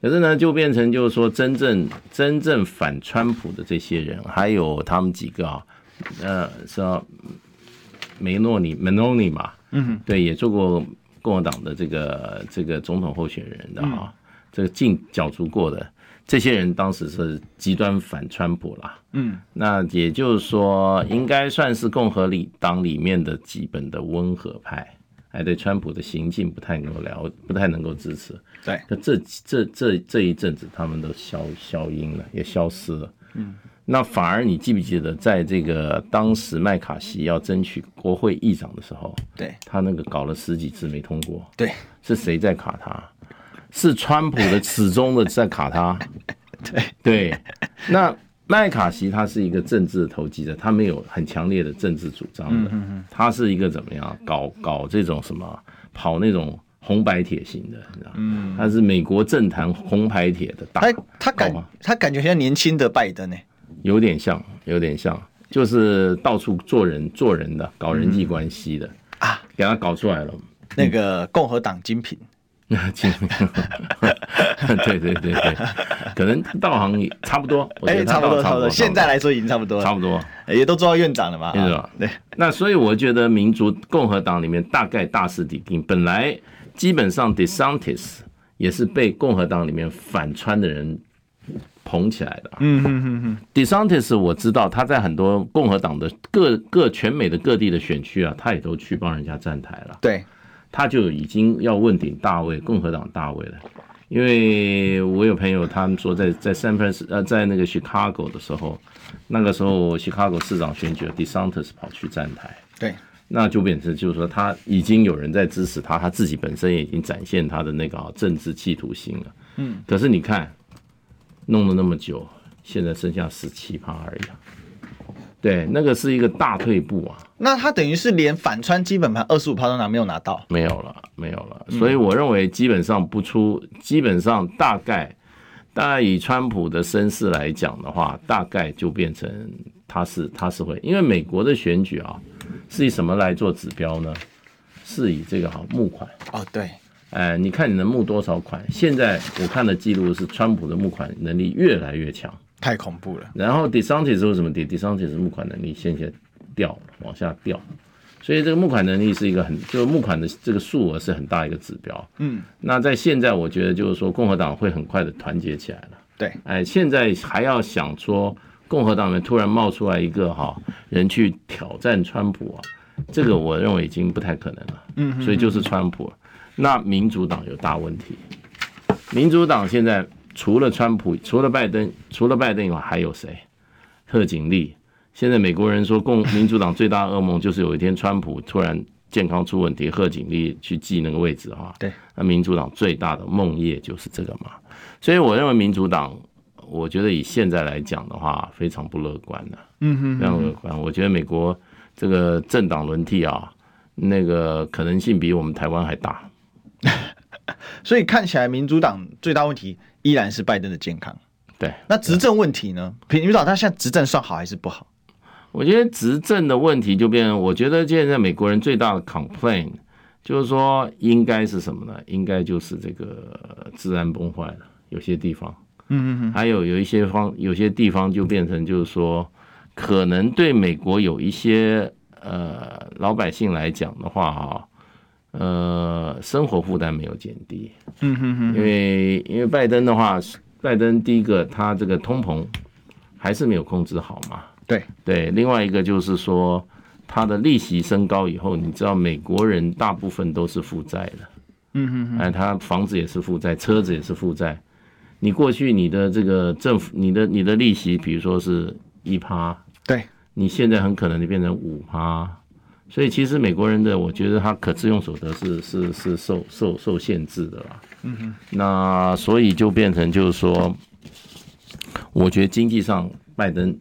[SPEAKER 2] 可是呢，就变成就是说真正真正反川普的这些人，还有他们几个啊，呃，是啊梅诺尼梅诺尼嘛，嗯，对，也做过共和党的这个这个总统候选人的啊，这个进角逐过的这些人，当时是极端反川普啦，
[SPEAKER 1] 嗯，
[SPEAKER 2] 那也就是说，应该算是共和里党里面的基本的温和派，哎，对川普的行径不太能够了，不太能够支持。
[SPEAKER 1] 对，
[SPEAKER 2] 那这这这这一阵子，他们都消消音了，也消失了。嗯，那反而你记不记得，在这个当时麦卡锡要争取国会议长的时候，
[SPEAKER 1] 对，
[SPEAKER 2] 他那个搞了十几次没通过，
[SPEAKER 1] 对，
[SPEAKER 2] 是谁在卡他？是川普的始终的在卡他。对对，那麦卡锡他是一个政治的投机者，他没有很强烈的政治主张
[SPEAKER 1] 嗯
[SPEAKER 2] 的，他是一个怎么样搞搞这种什么跑那种红白铁型的，你知道吗？他是美国政坛红白铁的大
[SPEAKER 1] 嗯他他
[SPEAKER 2] 懂吗
[SPEAKER 1] 感他感觉像年轻的拜登呢、
[SPEAKER 2] 有点像，有点像，就是到处做人做人的，搞人际关系的、
[SPEAKER 1] 嗯啊，
[SPEAKER 2] 给他搞出来了。
[SPEAKER 1] 那个共和党精品。
[SPEAKER 2] 进对对对对，可能道行也差不多，我觉
[SPEAKER 1] 哎，
[SPEAKER 2] 得
[SPEAKER 1] 差
[SPEAKER 2] 他
[SPEAKER 1] 不
[SPEAKER 2] 道
[SPEAKER 1] 多，
[SPEAKER 2] 差
[SPEAKER 1] 差
[SPEAKER 2] 不
[SPEAKER 1] 不
[SPEAKER 2] 多，
[SPEAKER 1] 多，现在来说已经差不多了，
[SPEAKER 2] 差不多。
[SPEAKER 1] 也都做到院长了嘛。
[SPEAKER 2] 院长
[SPEAKER 1] 啊对，
[SPEAKER 2] 那所以我觉得民主共和党里面大概大势已定，本来基本上 DeSantis 也是被共和党里面反川的人捧起来的啊。
[SPEAKER 1] 嗯哼哼哼，
[SPEAKER 2] DeSantis 我知道他在很多共和党的各各全美的各地的选区啊，他也都去帮人家站台了。
[SPEAKER 1] 对，
[SPEAKER 2] 他就已经要问鼎大卫，共和党大卫了。因为我有朋友，他们说在在 San Francisco 呃，在那个 Chicago 的时候，那个时候 Chicago 市长选举，DeSantis 跑去站台，
[SPEAKER 1] 对，
[SPEAKER 2] 那就变成就是说他已经有人在支持他，他自己本身也已经展现他的那个啊政治企图心了。嗯，可是你看，弄了那么久，现在剩下十七趴而已、啊，对，那个是一个大退步啊。
[SPEAKER 1] 那他等于是连反穿基本盘二十五趴都拿没有拿到。
[SPEAKER 2] 没有了，没有了。所以我认为基本上不出，基本上大概当然，以川普的身世来讲的话，大概就变成他是他是会，因为美国的选举啊，是以什么来做指标呢？是以这个好募款，
[SPEAKER 1] 哦，对，
[SPEAKER 2] 哎，你看你能募多少款？现在我看的记录是，川普的募款能力越来越强，
[SPEAKER 1] 太恐怖了。
[SPEAKER 2] 然后 DeSantis 为什么跌？DeSantis 募款能力现在掉，往下掉，所以这个募款能力是一个很，就是募款的这个数额是很大一个指标。
[SPEAKER 1] 嗯，
[SPEAKER 2] 那在现在，我觉得就是说，共和党会很快的团结起来了。
[SPEAKER 1] 对，
[SPEAKER 2] 哎，现在还要想说，共和党里面突然冒出来一个哈、人去挑战川普啊，这个我认为已经不太可能了。嗯，所以就是川普了。那民主党有大问题，民主党现在除了川普，除了拜登，除了拜登以外还有谁？贺锦丽。现在美国人说共民主党最大的噩梦就是有一天川普突然健康出问题，贺锦丽去继那个位置哈、
[SPEAKER 1] 对，
[SPEAKER 2] 那民主党最大的梦魇就是这个嘛。所以我认为民主党，我觉得以现在来讲的话，非常不乐观的、
[SPEAKER 1] 嗯哼
[SPEAKER 2] 非常不乐观。我觉得美国这个政党轮替啊，那个可能性比我们台湾还大。
[SPEAKER 1] 所以看起来民主党最大问题依然是拜登的健康。
[SPEAKER 2] 对，
[SPEAKER 1] 那执政问题呢？民主党他现在执政算好还是不好？
[SPEAKER 2] 我觉得执政的问题就变成，我觉得现在美国人最大的 complain 就是说，应该是什么呢？应该就是这个呃治安崩坏了，有些地方，
[SPEAKER 1] 嗯嗯
[SPEAKER 2] 还有有一些方，有些地方就变成就是说，可能对美国有一些呃老百姓来讲的话哈、呃，生活负担没有减低，
[SPEAKER 1] 嗯哼哼，
[SPEAKER 2] 因为因为拜登的话，拜登第一个他这个通膨还是没有控制好嘛，
[SPEAKER 1] 对，
[SPEAKER 2] 对，另外一个就是说，它的利息升高以后，你知道美国人大部分都是负债的，
[SPEAKER 1] 嗯哼哼，
[SPEAKER 2] 哎，他房子也是负债，车子也是负债。你过去你的这个政府，你的你的利息，比如说是一趴，
[SPEAKER 1] 对，
[SPEAKER 2] 你现在很可能就变成五趴。所以其实美国人的，我觉得他可自用所得是是是受受受限制的啦。嗯哼，那所以就变成就是说，我觉得经济上拜登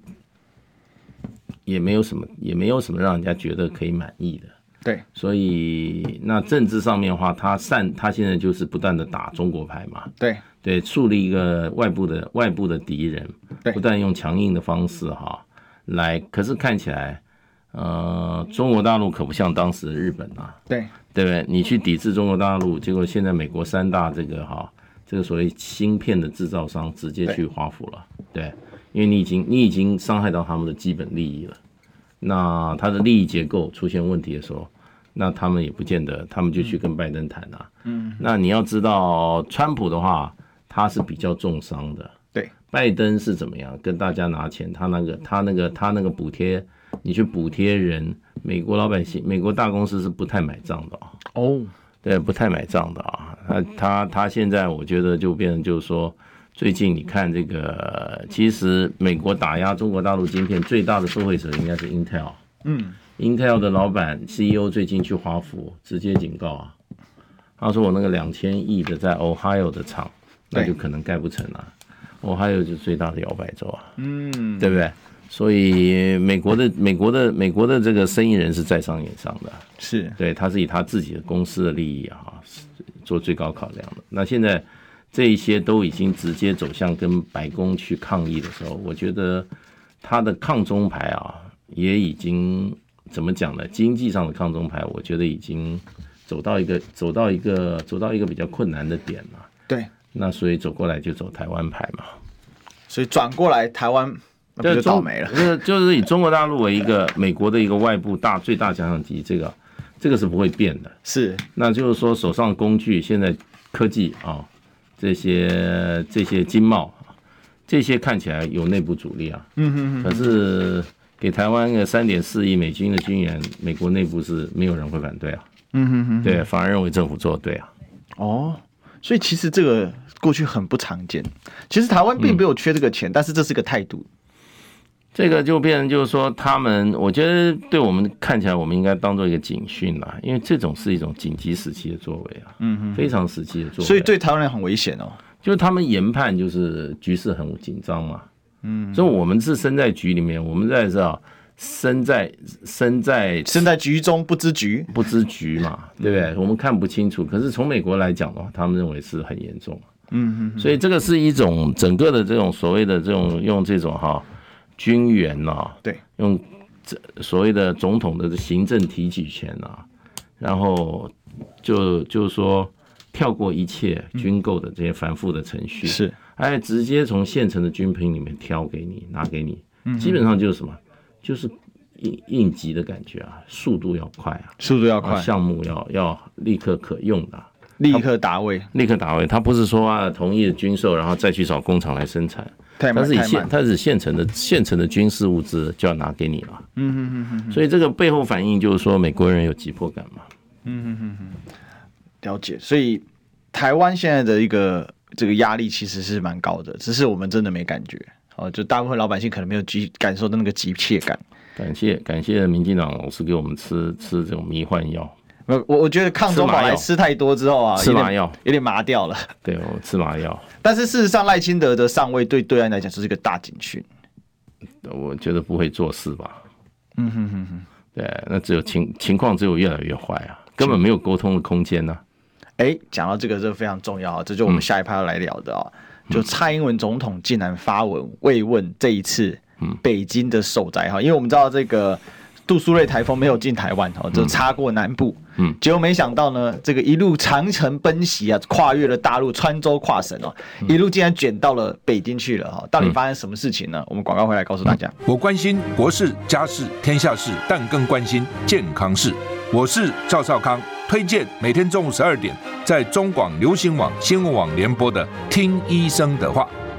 [SPEAKER 2] 也没有什么也没有什么让人家觉得可以满意的。
[SPEAKER 1] 对，
[SPEAKER 2] 所以那政治上面的话，他善他现在就是不断的打中国牌嘛，
[SPEAKER 1] 对，
[SPEAKER 2] 对，树立一个外部的外部的敌人
[SPEAKER 1] 对，
[SPEAKER 2] 不断用强硬的方式哈来，可是看起来，呃，中国大陆可不像当时的日本啊，
[SPEAKER 1] 对，
[SPEAKER 2] 对不对？你去抵制中国大陆，结果现在美国三大这个哈、这个所谓芯片的制造商直接去华府了，对，因为你已经你已经伤害到他们的基本利益了。那他的利益结构出现问题的时候，那他们也不见得，他们就去跟拜登谈啊。嗯，那你要知道，川普的话，他是比较重伤的。
[SPEAKER 1] 对，
[SPEAKER 2] 拜登是怎么样跟大家拿钱？他那个他那个他那个补贴，你去补贴人，美国老百姓、美国大公司是不太买账的啊、
[SPEAKER 1] 哦，
[SPEAKER 2] 对，呃不太买账的啊。他他他现在我觉得就变成就是说，最近你看这个，其实美国打压中国大陆晶片最大的受害者应该是 Intel。
[SPEAKER 1] 嗯，
[SPEAKER 2] Intel 的老板 CEO 最近去华府直接警告啊，他说我那个两千亿的在 Ohio 的厂，那
[SPEAKER 1] 对
[SPEAKER 2] 就可能盖不成了、Ohio 就是最大的摇摆州啊，
[SPEAKER 1] 嗯，
[SPEAKER 2] 对不对？所以美国的美国的美国的这个生意人是在商言商的，
[SPEAKER 1] 是，
[SPEAKER 2] 对，他是以他自己的公司的利益啊是做最高考量的。那现在这一些都已经直接走向跟白宫去抗议的时候，我觉得他的抗中牌啊，也已经怎么讲呢？经济上的抗中牌，我觉得已经走到一个走到一个走到一个比较困难的点了。
[SPEAKER 1] 对，
[SPEAKER 2] 那所以走过来就走台湾牌嘛，
[SPEAKER 1] 所以转过来台湾那不就倒霉了？
[SPEAKER 2] 就是就是以中国大陆为一个美国的一个外部大最大奖赏级，这个这个是不会变的。
[SPEAKER 1] 是，
[SPEAKER 2] 那就是说手上工具现在科技啊，这些这些经贸啊，这些看起来有内部阻力啊，
[SPEAKER 1] 嗯哼哼，
[SPEAKER 2] 可是给台湾个三点四亿美金的军援，美国内部是没有人会反对啊，
[SPEAKER 1] 嗯哼哼，
[SPEAKER 2] 对，反而认为政府做得对啊，
[SPEAKER 1] 哦，所以其实这个过去很不常见。其实台湾
[SPEAKER 2] 嗯
[SPEAKER 1] 并没有缺这个钱，但是这是个态度。
[SPEAKER 2] 这个就变成就是说他们，我觉得对我们看起来我们应该当做一个警讯啦，因为这种是一种紧急时期的作为啊，嗯非常时期的作为啊，
[SPEAKER 1] 所以对台湾人很危险哦。
[SPEAKER 2] 就是他们研判就是局势很紧张嘛，嗯，所以我们是身在局里面，我们在这啊身在身在
[SPEAKER 1] 身在局中不知局，嗯
[SPEAKER 2] 不知局嘛，对不对？我们看不清楚，可是从美国来讲的话，他们认为是很严重，
[SPEAKER 1] 嗯嗯
[SPEAKER 2] 所以这个是一种整个的这种所谓的这种用这种哈军援呐、
[SPEAKER 1] 对，
[SPEAKER 2] 用这所谓的总统的行政提举权呐、然后就就是说跳过一切军购的这些繁复的程序，
[SPEAKER 1] 是，
[SPEAKER 2] 哎，直接从现成的军品里面挑给你拿给你，基本上就是什么，就是应应急的感觉啊，速度要快啊，
[SPEAKER 1] 速度要
[SPEAKER 2] 然后
[SPEAKER 1] 快，
[SPEAKER 2] 项目要要立刻可用的啊、
[SPEAKER 1] 立刻打位，
[SPEAKER 2] 立刻打回。他不是说啊同意军售，然后再去找工厂来生产，
[SPEAKER 1] 太
[SPEAKER 2] 他
[SPEAKER 1] 慢
[SPEAKER 2] 是以
[SPEAKER 1] 太
[SPEAKER 2] 现
[SPEAKER 1] 慢，
[SPEAKER 2] 他是现成的现成的军事物资就要拿给你了。嗯嗯嗯所以这个背后反映就是说美国人有急迫感嘛。
[SPEAKER 1] 了解。所以台湾现在的一个这个压力其实是蛮高的，只是我们真的没感觉。哦，就大部分老百姓可能没有急感受到那个急切感。
[SPEAKER 2] 感谢感谢民进党老是给我们吃吃这种迷幻药，
[SPEAKER 1] 没有，我我觉得抗中保
[SPEAKER 2] 吃麻
[SPEAKER 1] 来
[SPEAKER 2] 药
[SPEAKER 1] 吃太多之后啊，
[SPEAKER 2] 吃
[SPEAKER 1] 有点
[SPEAKER 2] 麻药
[SPEAKER 1] 有点麻掉了。
[SPEAKER 2] 对我吃麻药，
[SPEAKER 1] 但是事实上，赖清德的上位对对岸来讲就是一个大警讯。
[SPEAKER 2] 我觉得不会做事吧。嗯哼哼哼，对，那只有情情况只有越来越坏啊，根本没有沟通的空间啊呐、
[SPEAKER 1] 哎，讲到这个，这个非常重要啊，这就我们下一趴要来聊的啊、就蔡英文总统竟然发文慰问这一次北京的受灾哈，因为我们知道这个杜苏芮台风没有进台湾哦，就擦过南部，嗯，结果没想到呢，这个一路长城奔袭啊，跨越了大陆，川州跨省哦，一路竟然卷到了北京去了哈，到底发生什么事情呢？我们广告回来告诉大家。
[SPEAKER 5] 我关心国事、家事、天下事，但更关心健康事。我是赵少康，推荐每天中午十二点在中广流行网、新闻网联播的《听医生的话》。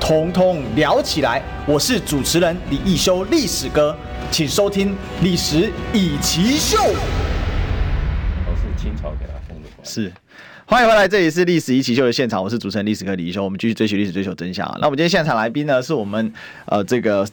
[SPEAKER 1] 统统聊起来。我是主持人李一修，历史哥，请收听《历史以奇秀》。
[SPEAKER 2] 都是清朝给他封的官。
[SPEAKER 1] 是，欢迎回来，这里是《历史一起秀》的现场，我是主持人历史哥李一修，我们继续追寻历史，追求真相啊。那我们今天现场来宾呢，是我们呃这个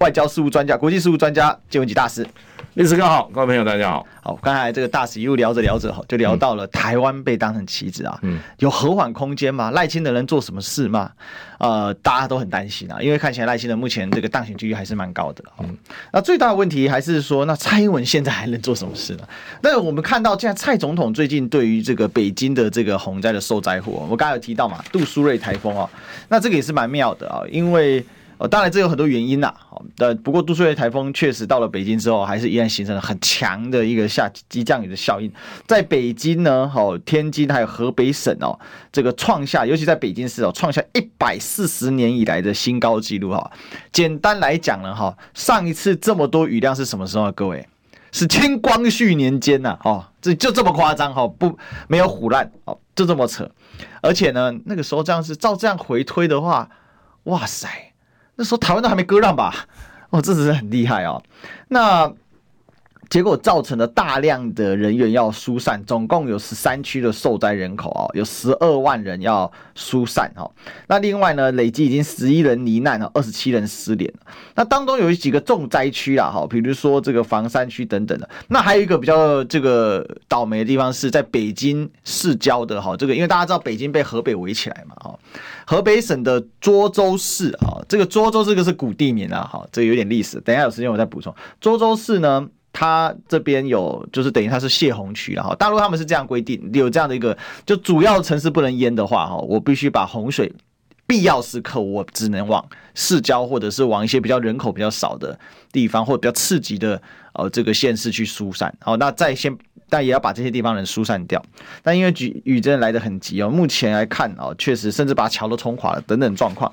[SPEAKER 1] 外交事务专家、国际事务专家谢文吉大师。
[SPEAKER 2] 历史哥好，各位朋友大家好。
[SPEAKER 1] 好，刚才这个大使一路聊着聊着，哈，就聊到了台湾被当成棋子啊，
[SPEAKER 2] 嗯
[SPEAKER 1] 有和缓空间吗？赖清德能做什么事吗？呃，大家都很担心啊，因为看起来赖清德目前这个当选几率还是蛮高的、哦。那最大的问题还是说，那蔡英文现在还能做什么事呢？那我们看到，现在蔡总统最近对于这个北京的这个洪灾的受灾户哦，我刚才有提到嘛，杜苏芮台风哦，那这个也是蛮妙的啊、因为。呃，当然这有很多原因啦。好，呃，不过杜苏芮台风确实到了北京之后，还是依然形成了很强的一个下激降雨的效应。在北京呢，好、天津还有河北省哦，这个创下，尤其在北京市哦，创下一百四十年以来的新高纪录哈、简单来讲呢，哈、上一次这么多雨量是什么时候啊？各位，是清光绪年间呐、哦，这就这么夸张哈、哦，不没有胡乱哦，就这么扯。而且呢，那个时候这样是照这样回推的话，哇塞！那时候台湾都还没割让吧？哦，这只是很厉害哦。那结果造成了大量的人员要疏散，总共有十三区的受灾人口哦，有十二万人要疏散哦。那另外呢，累计已经十一人罹难了，哦二十七人失联。哦那当中有几个重灾区啦，哈，比如说这个房山区等等的。那还有一个比较这个倒霉的地方是在北京市郊的哈，这个因为大家知道北京被河北围起来嘛，哈，河北省的涿州市啊，这个涿州这个是古地名啊，哈，这个有点历史，等一下有时间我再补充。涿州市呢，它这边有就是等于它是泄洪区了哈，大陆他们是这样规定，有这样的一个，就主要城市不能淹的话哈，我必须把洪水必要时刻我只能往市郊或者是往一些比较人口比较少的地方或者比较刺激的呃这个县市去疏散。好、那再先，但也要把这些地方人疏散掉。但因为雨雨真的来得很急哦，目前来看哦，确实甚至把桥都冲垮了等等状况。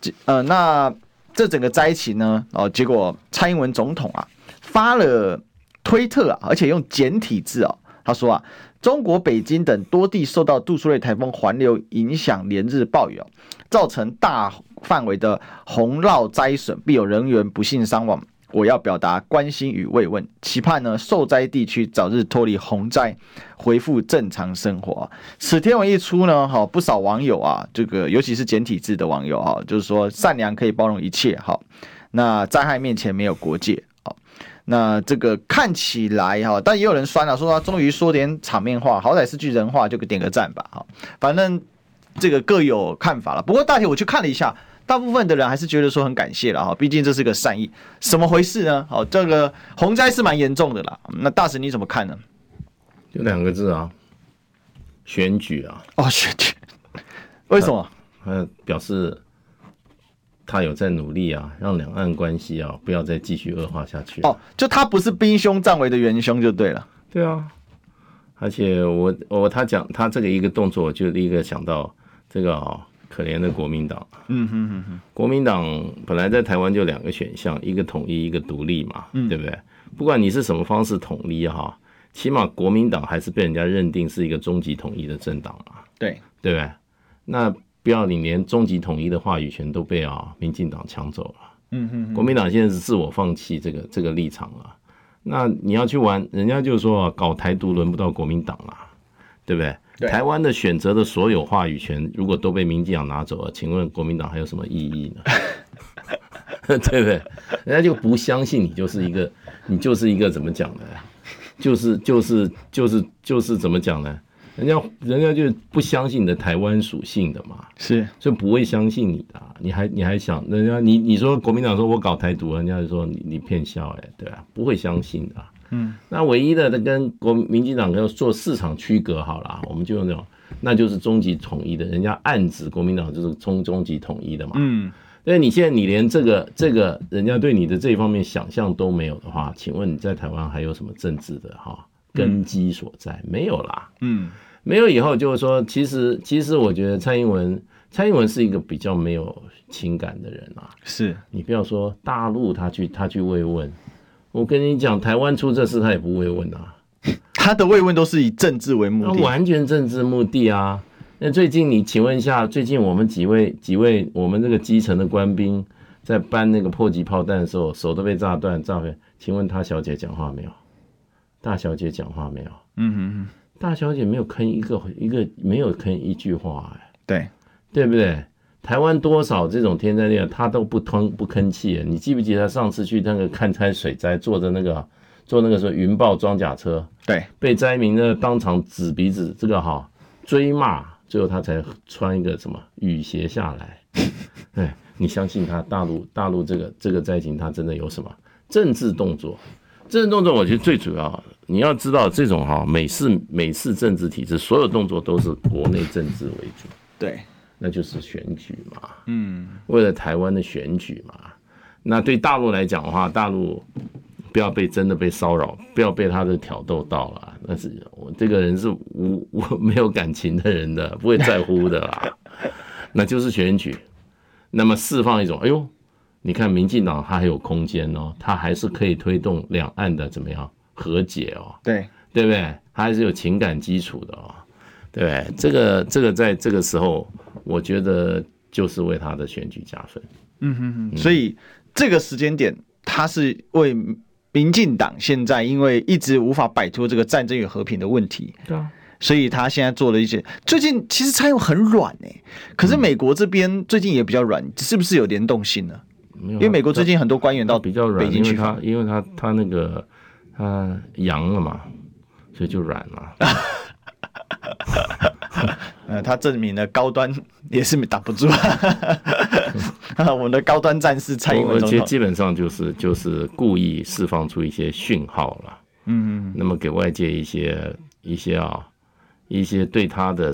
[SPEAKER 1] 这呃，那这整个灾情呢，哦，结果蔡英文总统啊发了推特啊，而且用简体字哦，他说啊，中国北京等多地受到杜苏芮台风环流影响，连日暴雨哦，造成大范围的洪涝灾损，必有人员不幸伤亡。我要表达关心与慰问，期盼呢受灾地区早日脱离洪灾，恢复正常生活啊、此天文一出呢，哈，不少网友啊，这个尤其是简体字的网友哈、就是说善良可以包容一切哈、那灾害面前没有国界啊、那这个看起来哈，但也有人酸了、啊说他终于说点场面话，好歹是句人话，就给点个赞吧。哈，反正这个各有看法了。不过大体我去看了一下，大部分的人还是觉得说很感谢了哈，毕竟这是个善意。什么回事呢？好，这个洪灾是蛮严重的啦。那大使你怎么看呢？
[SPEAKER 2] 就两个字啊，选举啊，
[SPEAKER 1] 哦，选举，为什么？
[SPEAKER 2] 他表示他有在努力啊，让两岸关系啊不要再继续恶化下去。啊
[SPEAKER 1] 哦，就他不是兵凶战危的元凶就对了。
[SPEAKER 2] 对啊，而且我我他讲他这个一个动作，我就立刻想到这个啊、可怜的国民党。
[SPEAKER 1] 嗯哼哼哼，
[SPEAKER 2] 国民党本来在台湾就两个选项，一个统一，一个独立嘛，
[SPEAKER 1] 嗯
[SPEAKER 2] 对不对？不管你是什么方式统一哈，起码国民党还是被人家认定是一个终极统一的政党嘛，
[SPEAKER 1] 对，
[SPEAKER 2] 对不对？那不要你连终极统一的话语权都被啊民进党抢走了，
[SPEAKER 1] 嗯哼哼，
[SPEAKER 2] 国民党现在是自我放弃这个这个立场了。那你要去玩，人家就说啊，搞台独轮不到国民党啦，对不对？
[SPEAKER 1] 对
[SPEAKER 2] 台湾的选择的所有话语权，如果都被民进党拿走了，请问国民党还有什么意义 呢？对不对？人家就不相信你就是一个，你就是一个怎么讲呢？就是就是就是就是怎么讲呢？人家人家就不相信你的台湾属性的嘛，
[SPEAKER 1] 是
[SPEAKER 2] 所以不会相信你的啊、你还你还想人家你你说国民党说我搞台独，人家就说你你骗笑哎、对吧、不会相信的啊、
[SPEAKER 1] 嗯，
[SPEAKER 2] 那唯一的跟国民进党要做市场区隔好了啊，我们就用那种，那就是终极统一的，人家暗指国民党就是终终极统一的嘛。
[SPEAKER 1] 嗯，
[SPEAKER 2] 对你现在你连这个这个人家对你的这一方面想象都没有的话，请问你在台湾还有什么政治的哈根基所在？没有啦。
[SPEAKER 1] 嗯，
[SPEAKER 2] 没有以后就是说，其实其实我觉得蔡英文蔡英文是一个比较没有情感的人啊。
[SPEAKER 1] 是，
[SPEAKER 2] 你不要说大陆他去他去慰问，我跟你讲，台湾出这事他也不慰问啊，
[SPEAKER 1] 他的慰问都是以政治为
[SPEAKER 2] 他
[SPEAKER 1] 目的。
[SPEAKER 2] 完全政治目的啊。那最近你请问一下，最近我们几位几位我们这个基层的官兵在搬那个迫击炮弹的时候，手都被炸断，炸飞。请问他小姐讲话没有？大小姐讲话没有？
[SPEAKER 1] 嗯哼哼，
[SPEAKER 2] 大小姐没有吭一个一个没有吭一句话、哎。
[SPEAKER 1] 对，
[SPEAKER 2] 对不对？台湾多少这种天灾地险，他都不吭不吭气。啊你记不记得他上次去那个看灾水灾，坐着那个坐那个什么云豹装甲车，
[SPEAKER 1] 对，
[SPEAKER 2] 被灾民呢当场指鼻子，这个哈、追骂，最后他才穿一个什么雨鞋下来。 哎，你相信他？大陆大陆这个这个灾情，他真的有什么政治动作？政治动作，我觉得最主要你要知道，这种哈、美式美式政治体制，所有动作都是国内政治为主。
[SPEAKER 1] 对，
[SPEAKER 2] 那就是选举嘛，
[SPEAKER 1] 嗯，
[SPEAKER 2] 为了台湾的选举嘛。那对大陆来讲的话，大陆不要被真的被骚扰，不要被他的挑逗到了。那是我这个人是无 我没有感情的人的，不会在乎的啦。那就是选举，那么释放一种，哎呦，你看民进党它还有空间哦，它还是可以推动两岸的怎么样和解哦。
[SPEAKER 1] 对，
[SPEAKER 2] 对不对？他还是有情感基础的哦，对不对？这个这个在这个时候，我觉得就是为他的选举加分。
[SPEAKER 1] 嗯哼哼，所以这个时间点，他是为民进党现在因为一直无法摆脱这个战争与和平的问题，
[SPEAKER 2] 对啊，
[SPEAKER 1] 所以他现在做了一些。最近其实蔡英文很软哎、可是美国这边最近也比较软，是不是有联动性呢？
[SPEAKER 2] 没有
[SPEAKER 1] 因
[SPEAKER 2] 啊
[SPEAKER 1] 为美国最近很多官员到
[SPEAKER 2] 嗯比较
[SPEAKER 1] 北
[SPEAKER 2] 软，
[SPEAKER 1] 京
[SPEAKER 2] 因为
[SPEAKER 1] 去
[SPEAKER 2] 他因为他他那个他阳了嘛，所以就软了。
[SPEAKER 1] 呃，他证明了高端也是挡不 住，啊 我们的高端战士蔡英
[SPEAKER 2] 我
[SPEAKER 1] 文
[SPEAKER 2] 我
[SPEAKER 1] 总
[SPEAKER 2] 觉得
[SPEAKER 1] 统，
[SPEAKER 2] 基本上就是就是故意释放出一些讯号了，
[SPEAKER 1] 嗯，
[SPEAKER 2] 那么给外界一些一些啊一些对他的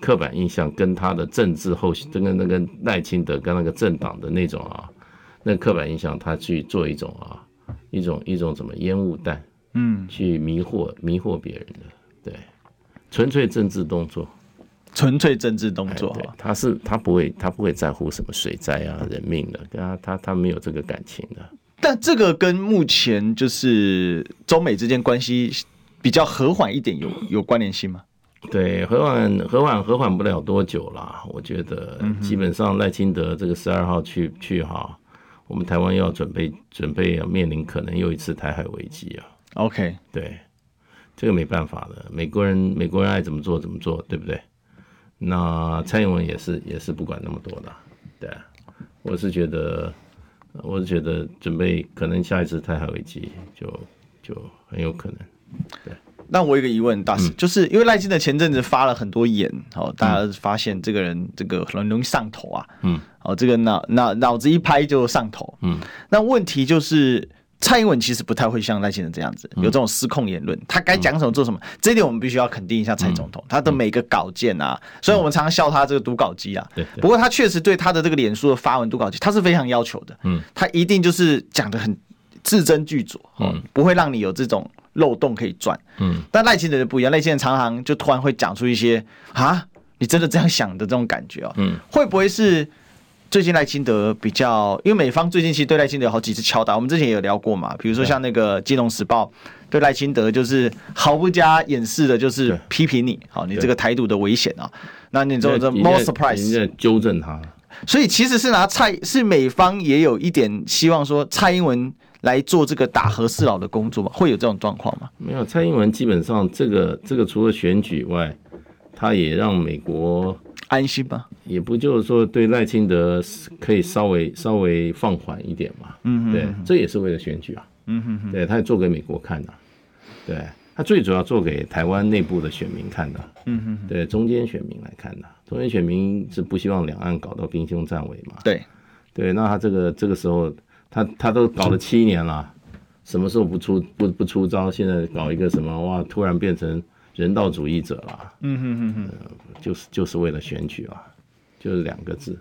[SPEAKER 2] 刻板印象，跟他的政治后跟那个赖清德跟那个政党的那种啊，那刻板印象，他去做一种啊一种一种怎么烟雾弹，
[SPEAKER 1] 嗯，
[SPEAKER 2] 去迷惑迷惑别人的，对，纯粹政治动作。哎
[SPEAKER 1] 纯粹政治动作，
[SPEAKER 2] 对，他是他不会他不会在乎什么水灾啊人命的，跟他他他没有这个感情的。
[SPEAKER 1] 但这个跟目前就是中美之间关系比较和缓一点有有关联性吗？
[SPEAKER 2] 对，和缓和缓和缓不了多久啦，我觉得基本上赖清德这个十二号去去哈，我们台湾又要准备准备要面临可能又一次台海危机啊。
[SPEAKER 1] OK，
[SPEAKER 2] 对，这个没办法的，美国人美国人爱怎么做怎么做，对不对？那蔡英文也是也是不管那么多的，对啊，我是觉得我是觉得准备可能下一次台海危机就就很有可能。
[SPEAKER 1] 那我有一个疑问，大师，
[SPEAKER 2] 嗯
[SPEAKER 1] 就是因为赖清德前阵子发了很多言，哦，大家发现这个人这个很容易上头啊，
[SPEAKER 2] 嗯，
[SPEAKER 1] 哦，这个脑脑脑子一拍就上头，
[SPEAKER 2] 嗯，
[SPEAKER 1] 那问题就是。蔡英文其实不太会像赖清德这样子
[SPEAKER 2] 嗯
[SPEAKER 1] 有这种失控言论，他该讲什么做什么，这一点我们必须要肯定一下蔡总
[SPEAKER 2] 嗯
[SPEAKER 1] 统他的每个稿件啊，虽然我们常常笑他这个读稿机啊
[SPEAKER 2] 对，对
[SPEAKER 1] 不过他确实对他的这个脸书的发文读稿机，他是非常要求的，
[SPEAKER 2] 嗯，
[SPEAKER 1] 他一定就是讲的很字斟句酌，哦，不会让你有这种漏洞可以钻，
[SPEAKER 2] 嗯
[SPEAKER 1] 但赖清德就不一样，赖清德常常就突然会讲出一些啊，你真的这样想的这种感觉哦。
[SPEAKER 2] 嗯，
[SPEAKER 1] 会不会是最近赖清德比较？因为美方最近其实对赖清德有好几次敲打，我们之前也有聊过嘛，比如说像那个《金融时报》对赖清德就是毫不加掩饰的，就是
[SPEAKER 2] 对
[SPEAKER 1] 批评你，好，你
[SPEAKER 2] 对
[SPEAKER 1] 这个台独的危险啊。那你这种
[SPEAKER 2] 你
[SPEAKER 1] more
[SPEAKER 2] 在你
[SPEAKER 1] surprise，
[SPEAKER 2] 在纠正他，
[SPEAKER 1] 所以其实是拿蔡是美方也有一点希望说蔡英文来做这个打和事佬的工作嘛，会有这种状况吗？
[SPEAKER 2] 没有蔡英文基本上这个这个除了选举以外，他也让美国
[SPEAKER 1] 安心吗？
[SPEAKER 2] 也不就是说对赖清德可以稍微稍微放缓一点嘛，嗯对，这也是为了选举啊，嗯哼对，他也做给美国看的、啊对他最主要做给台湾内部的选民看的，嗯哼，对中间选民来看的，啊中间选民是不希望两岸搞到兵凶战危嘛，
[SPEAKER 1] 对，
[SPEAKER 2] 对，那他这个这个时候，他他都搞了七年了，什么时候不出不不出招？现在搞一个什么哇，突然变成人道主义者了，呃
[SPEAKER 1] 嗯哼哼哼。
[SPEAKER 2] 就是就是为了选举啊，就是两个字，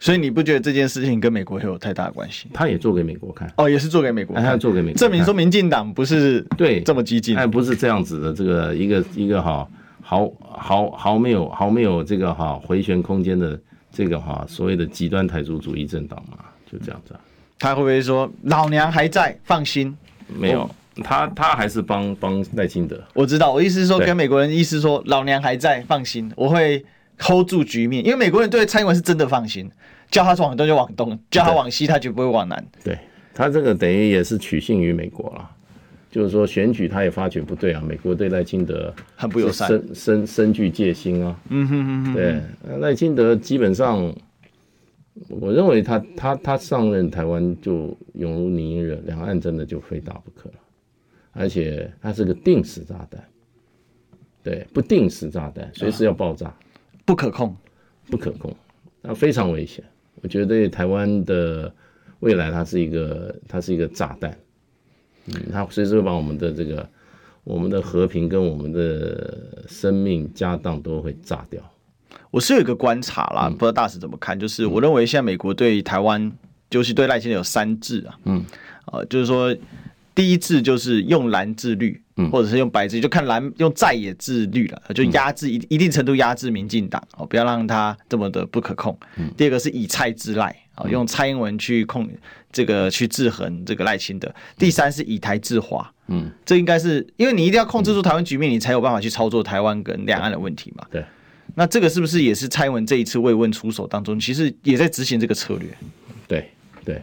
[SPEAKER 1] 所以你不觉得这件事情跟美国有太大的关系？
[SPEAKER 2] 他也做给美国看，
[SPEAKER 1] 哦，也是做给美国
[SPEAKER 2] 哎，他
[SPEAKER 1] 看，
[SPEAKER 2] 做给美国看，
[SPEAKER 1] 证明说民进党不是
[SPEAKER 2] 对
[SPEAKER 1] 这么激进。
[SPEAKER 2] 哎，不是这样子的，这个一个一个哈，毫毫毫没有毫没有这个哈回旋空间的这个哈所谓的极端台独主义政党嘛，就这样子、啊。
[SPEAKER 1] 他会不会说老娘还在，放心？
[SPEAKER 2] 没有，哦他他还是帮帮赖清德。
[SPEAKER 1] 我知道，我意思是说
[SPEAKER 2] 对
[SPEAKER 1] 跟美国人意思说老娘还在，放心，我会 hold 住局面，因为美国人对蔡英文是真的放心，叫他往东就往东，叫他往西他绝不会往南。
[SPEAKER 2] 对他这个等于也是取信于美国了，就是说选举他也发觉不对啊，美国对赖清德
[SPEAKER 1] 很不友善
[SPEAKER 2] 深深深具戒心啊。嗯哼哼对，呃赖清德基本上，我认为他他他上任台湾就永如泥热，两岸真的就非打不可了，而且他是个定时炸弹，对，不定时炸弹，随时要爆炸。
[SPEAKER 1] 不可控，
[SPEAKER 2] 不可控，那非常危险。我觉得对台湾的未来，它是一个它是一个炸弹，嗯，它随时会把我们的这个我们的和平跟我们的生命家当都会炸掉。
[SPEAKER 1] 我是有一个观察啦，
[SPEAKER 2] 嗯
[SPEAKER 1] 不知道大使怎么看，就是我认为现在美国对台湾，就是对赖清德有三制啊，
[SPEAKER 2] 嗯，
[SPEAKER 1] 呃，就是说第一制就是用蓝治绿，
[SPEAKER 2] 嗯
[SPEAKER 1] 或者是用白治，就看蓝用在野治绿了，就压制一一定程度压制民进党哦，不要让他这么的不可控。
[SPEAKER 2] 嗯
[SPEAKER 1] 第二个是以蔡制赖啊，哦用蔡英文去控这个去制衡这个赖清德。第三是以台制华，
[SPEAKER 2] 嗯，
[SPEAKER 1] 这应该是因为你一定要控制住台湾局面，你才有办法去操作台湾跟两岸的问题嘛。
[SPEAKER 2] 对，
[SPEAKER 1] 那这个是不是也是蔡英文这一次慰问出手当中，其实也在执行这个策略？
[SPEAKER 2] 对对，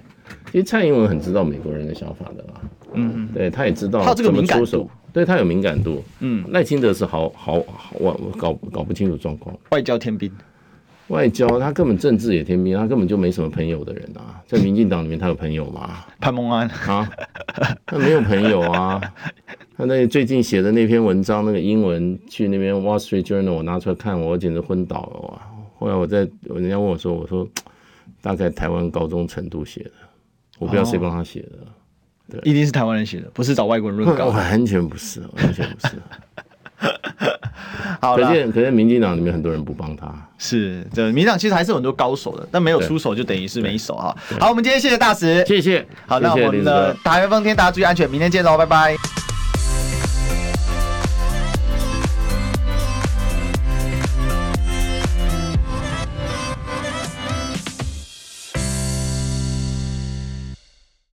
[SPEAKER 2] 其实蔡英文很知道美国人的想法的啦，嗯，对，他也知道
[SPEAKER 1] 他有这个
[SPEAKER 2] 怎么
[SPEAKER 1] 敏感
[SPEAKER 2] 出
[SPEAKER 1] 度
[SPEAKER 2] 手，对他有敏感度。
[SPEAKER 1] 嗯，
[SPEAKER 2] 赖清德是好好好，我我搞搞不清楚状况。
[SPEAKER 1] 外交天兵，
[SPEAKER 2] 外交，他根本政治也天兵，他根本就没什么朋友的人啊。在民进党里面，他有朋友吗？
[SPEAKER 1] 潘孟安，
[SPEAKER 2] 啊，他没有朋友啊。他那最近写的那篇文章，那个英文去那边 Wall Street Journal，我拿出来看，我简直昏倒了哇！后来我在人家问我说，我说大概台湾高中程度写的，我不知道谁帮他写的。
[SPEAKER 1] 哦一定是台湾人写的，不是找外国人 论稿。
[SPEAKER 2] 完全不是，完全 不是。
[SPEAKER 1] 好
[SPEAKER 2] 可
[SPEAKER 1] 了，
[SPEAKER 2] 见，可见民进党里面很多人不帮他。
[SPEAKER 1] 是这民进党其实还是有很多高手的，但没有
[SPEAKER 2] 对
[SPEAKER 1] 出手就等于是没手啊。好，我们今天谢谢大使。
[SPEAKER 2] 谢谢，
[SPEAKER 1] 好，
[SPEAKER 2] 谢
[SPEAKER 1] 那
[SPEAKER 2] 谢
[SPEAKER 1] 我们
[SPEAKER 2] 林子
[SPEAKER 1] 的
[SPEAKER 2] 哥
[SPEAKER 1] 台湾风天，大家注意安全，明天见喽，拜拜。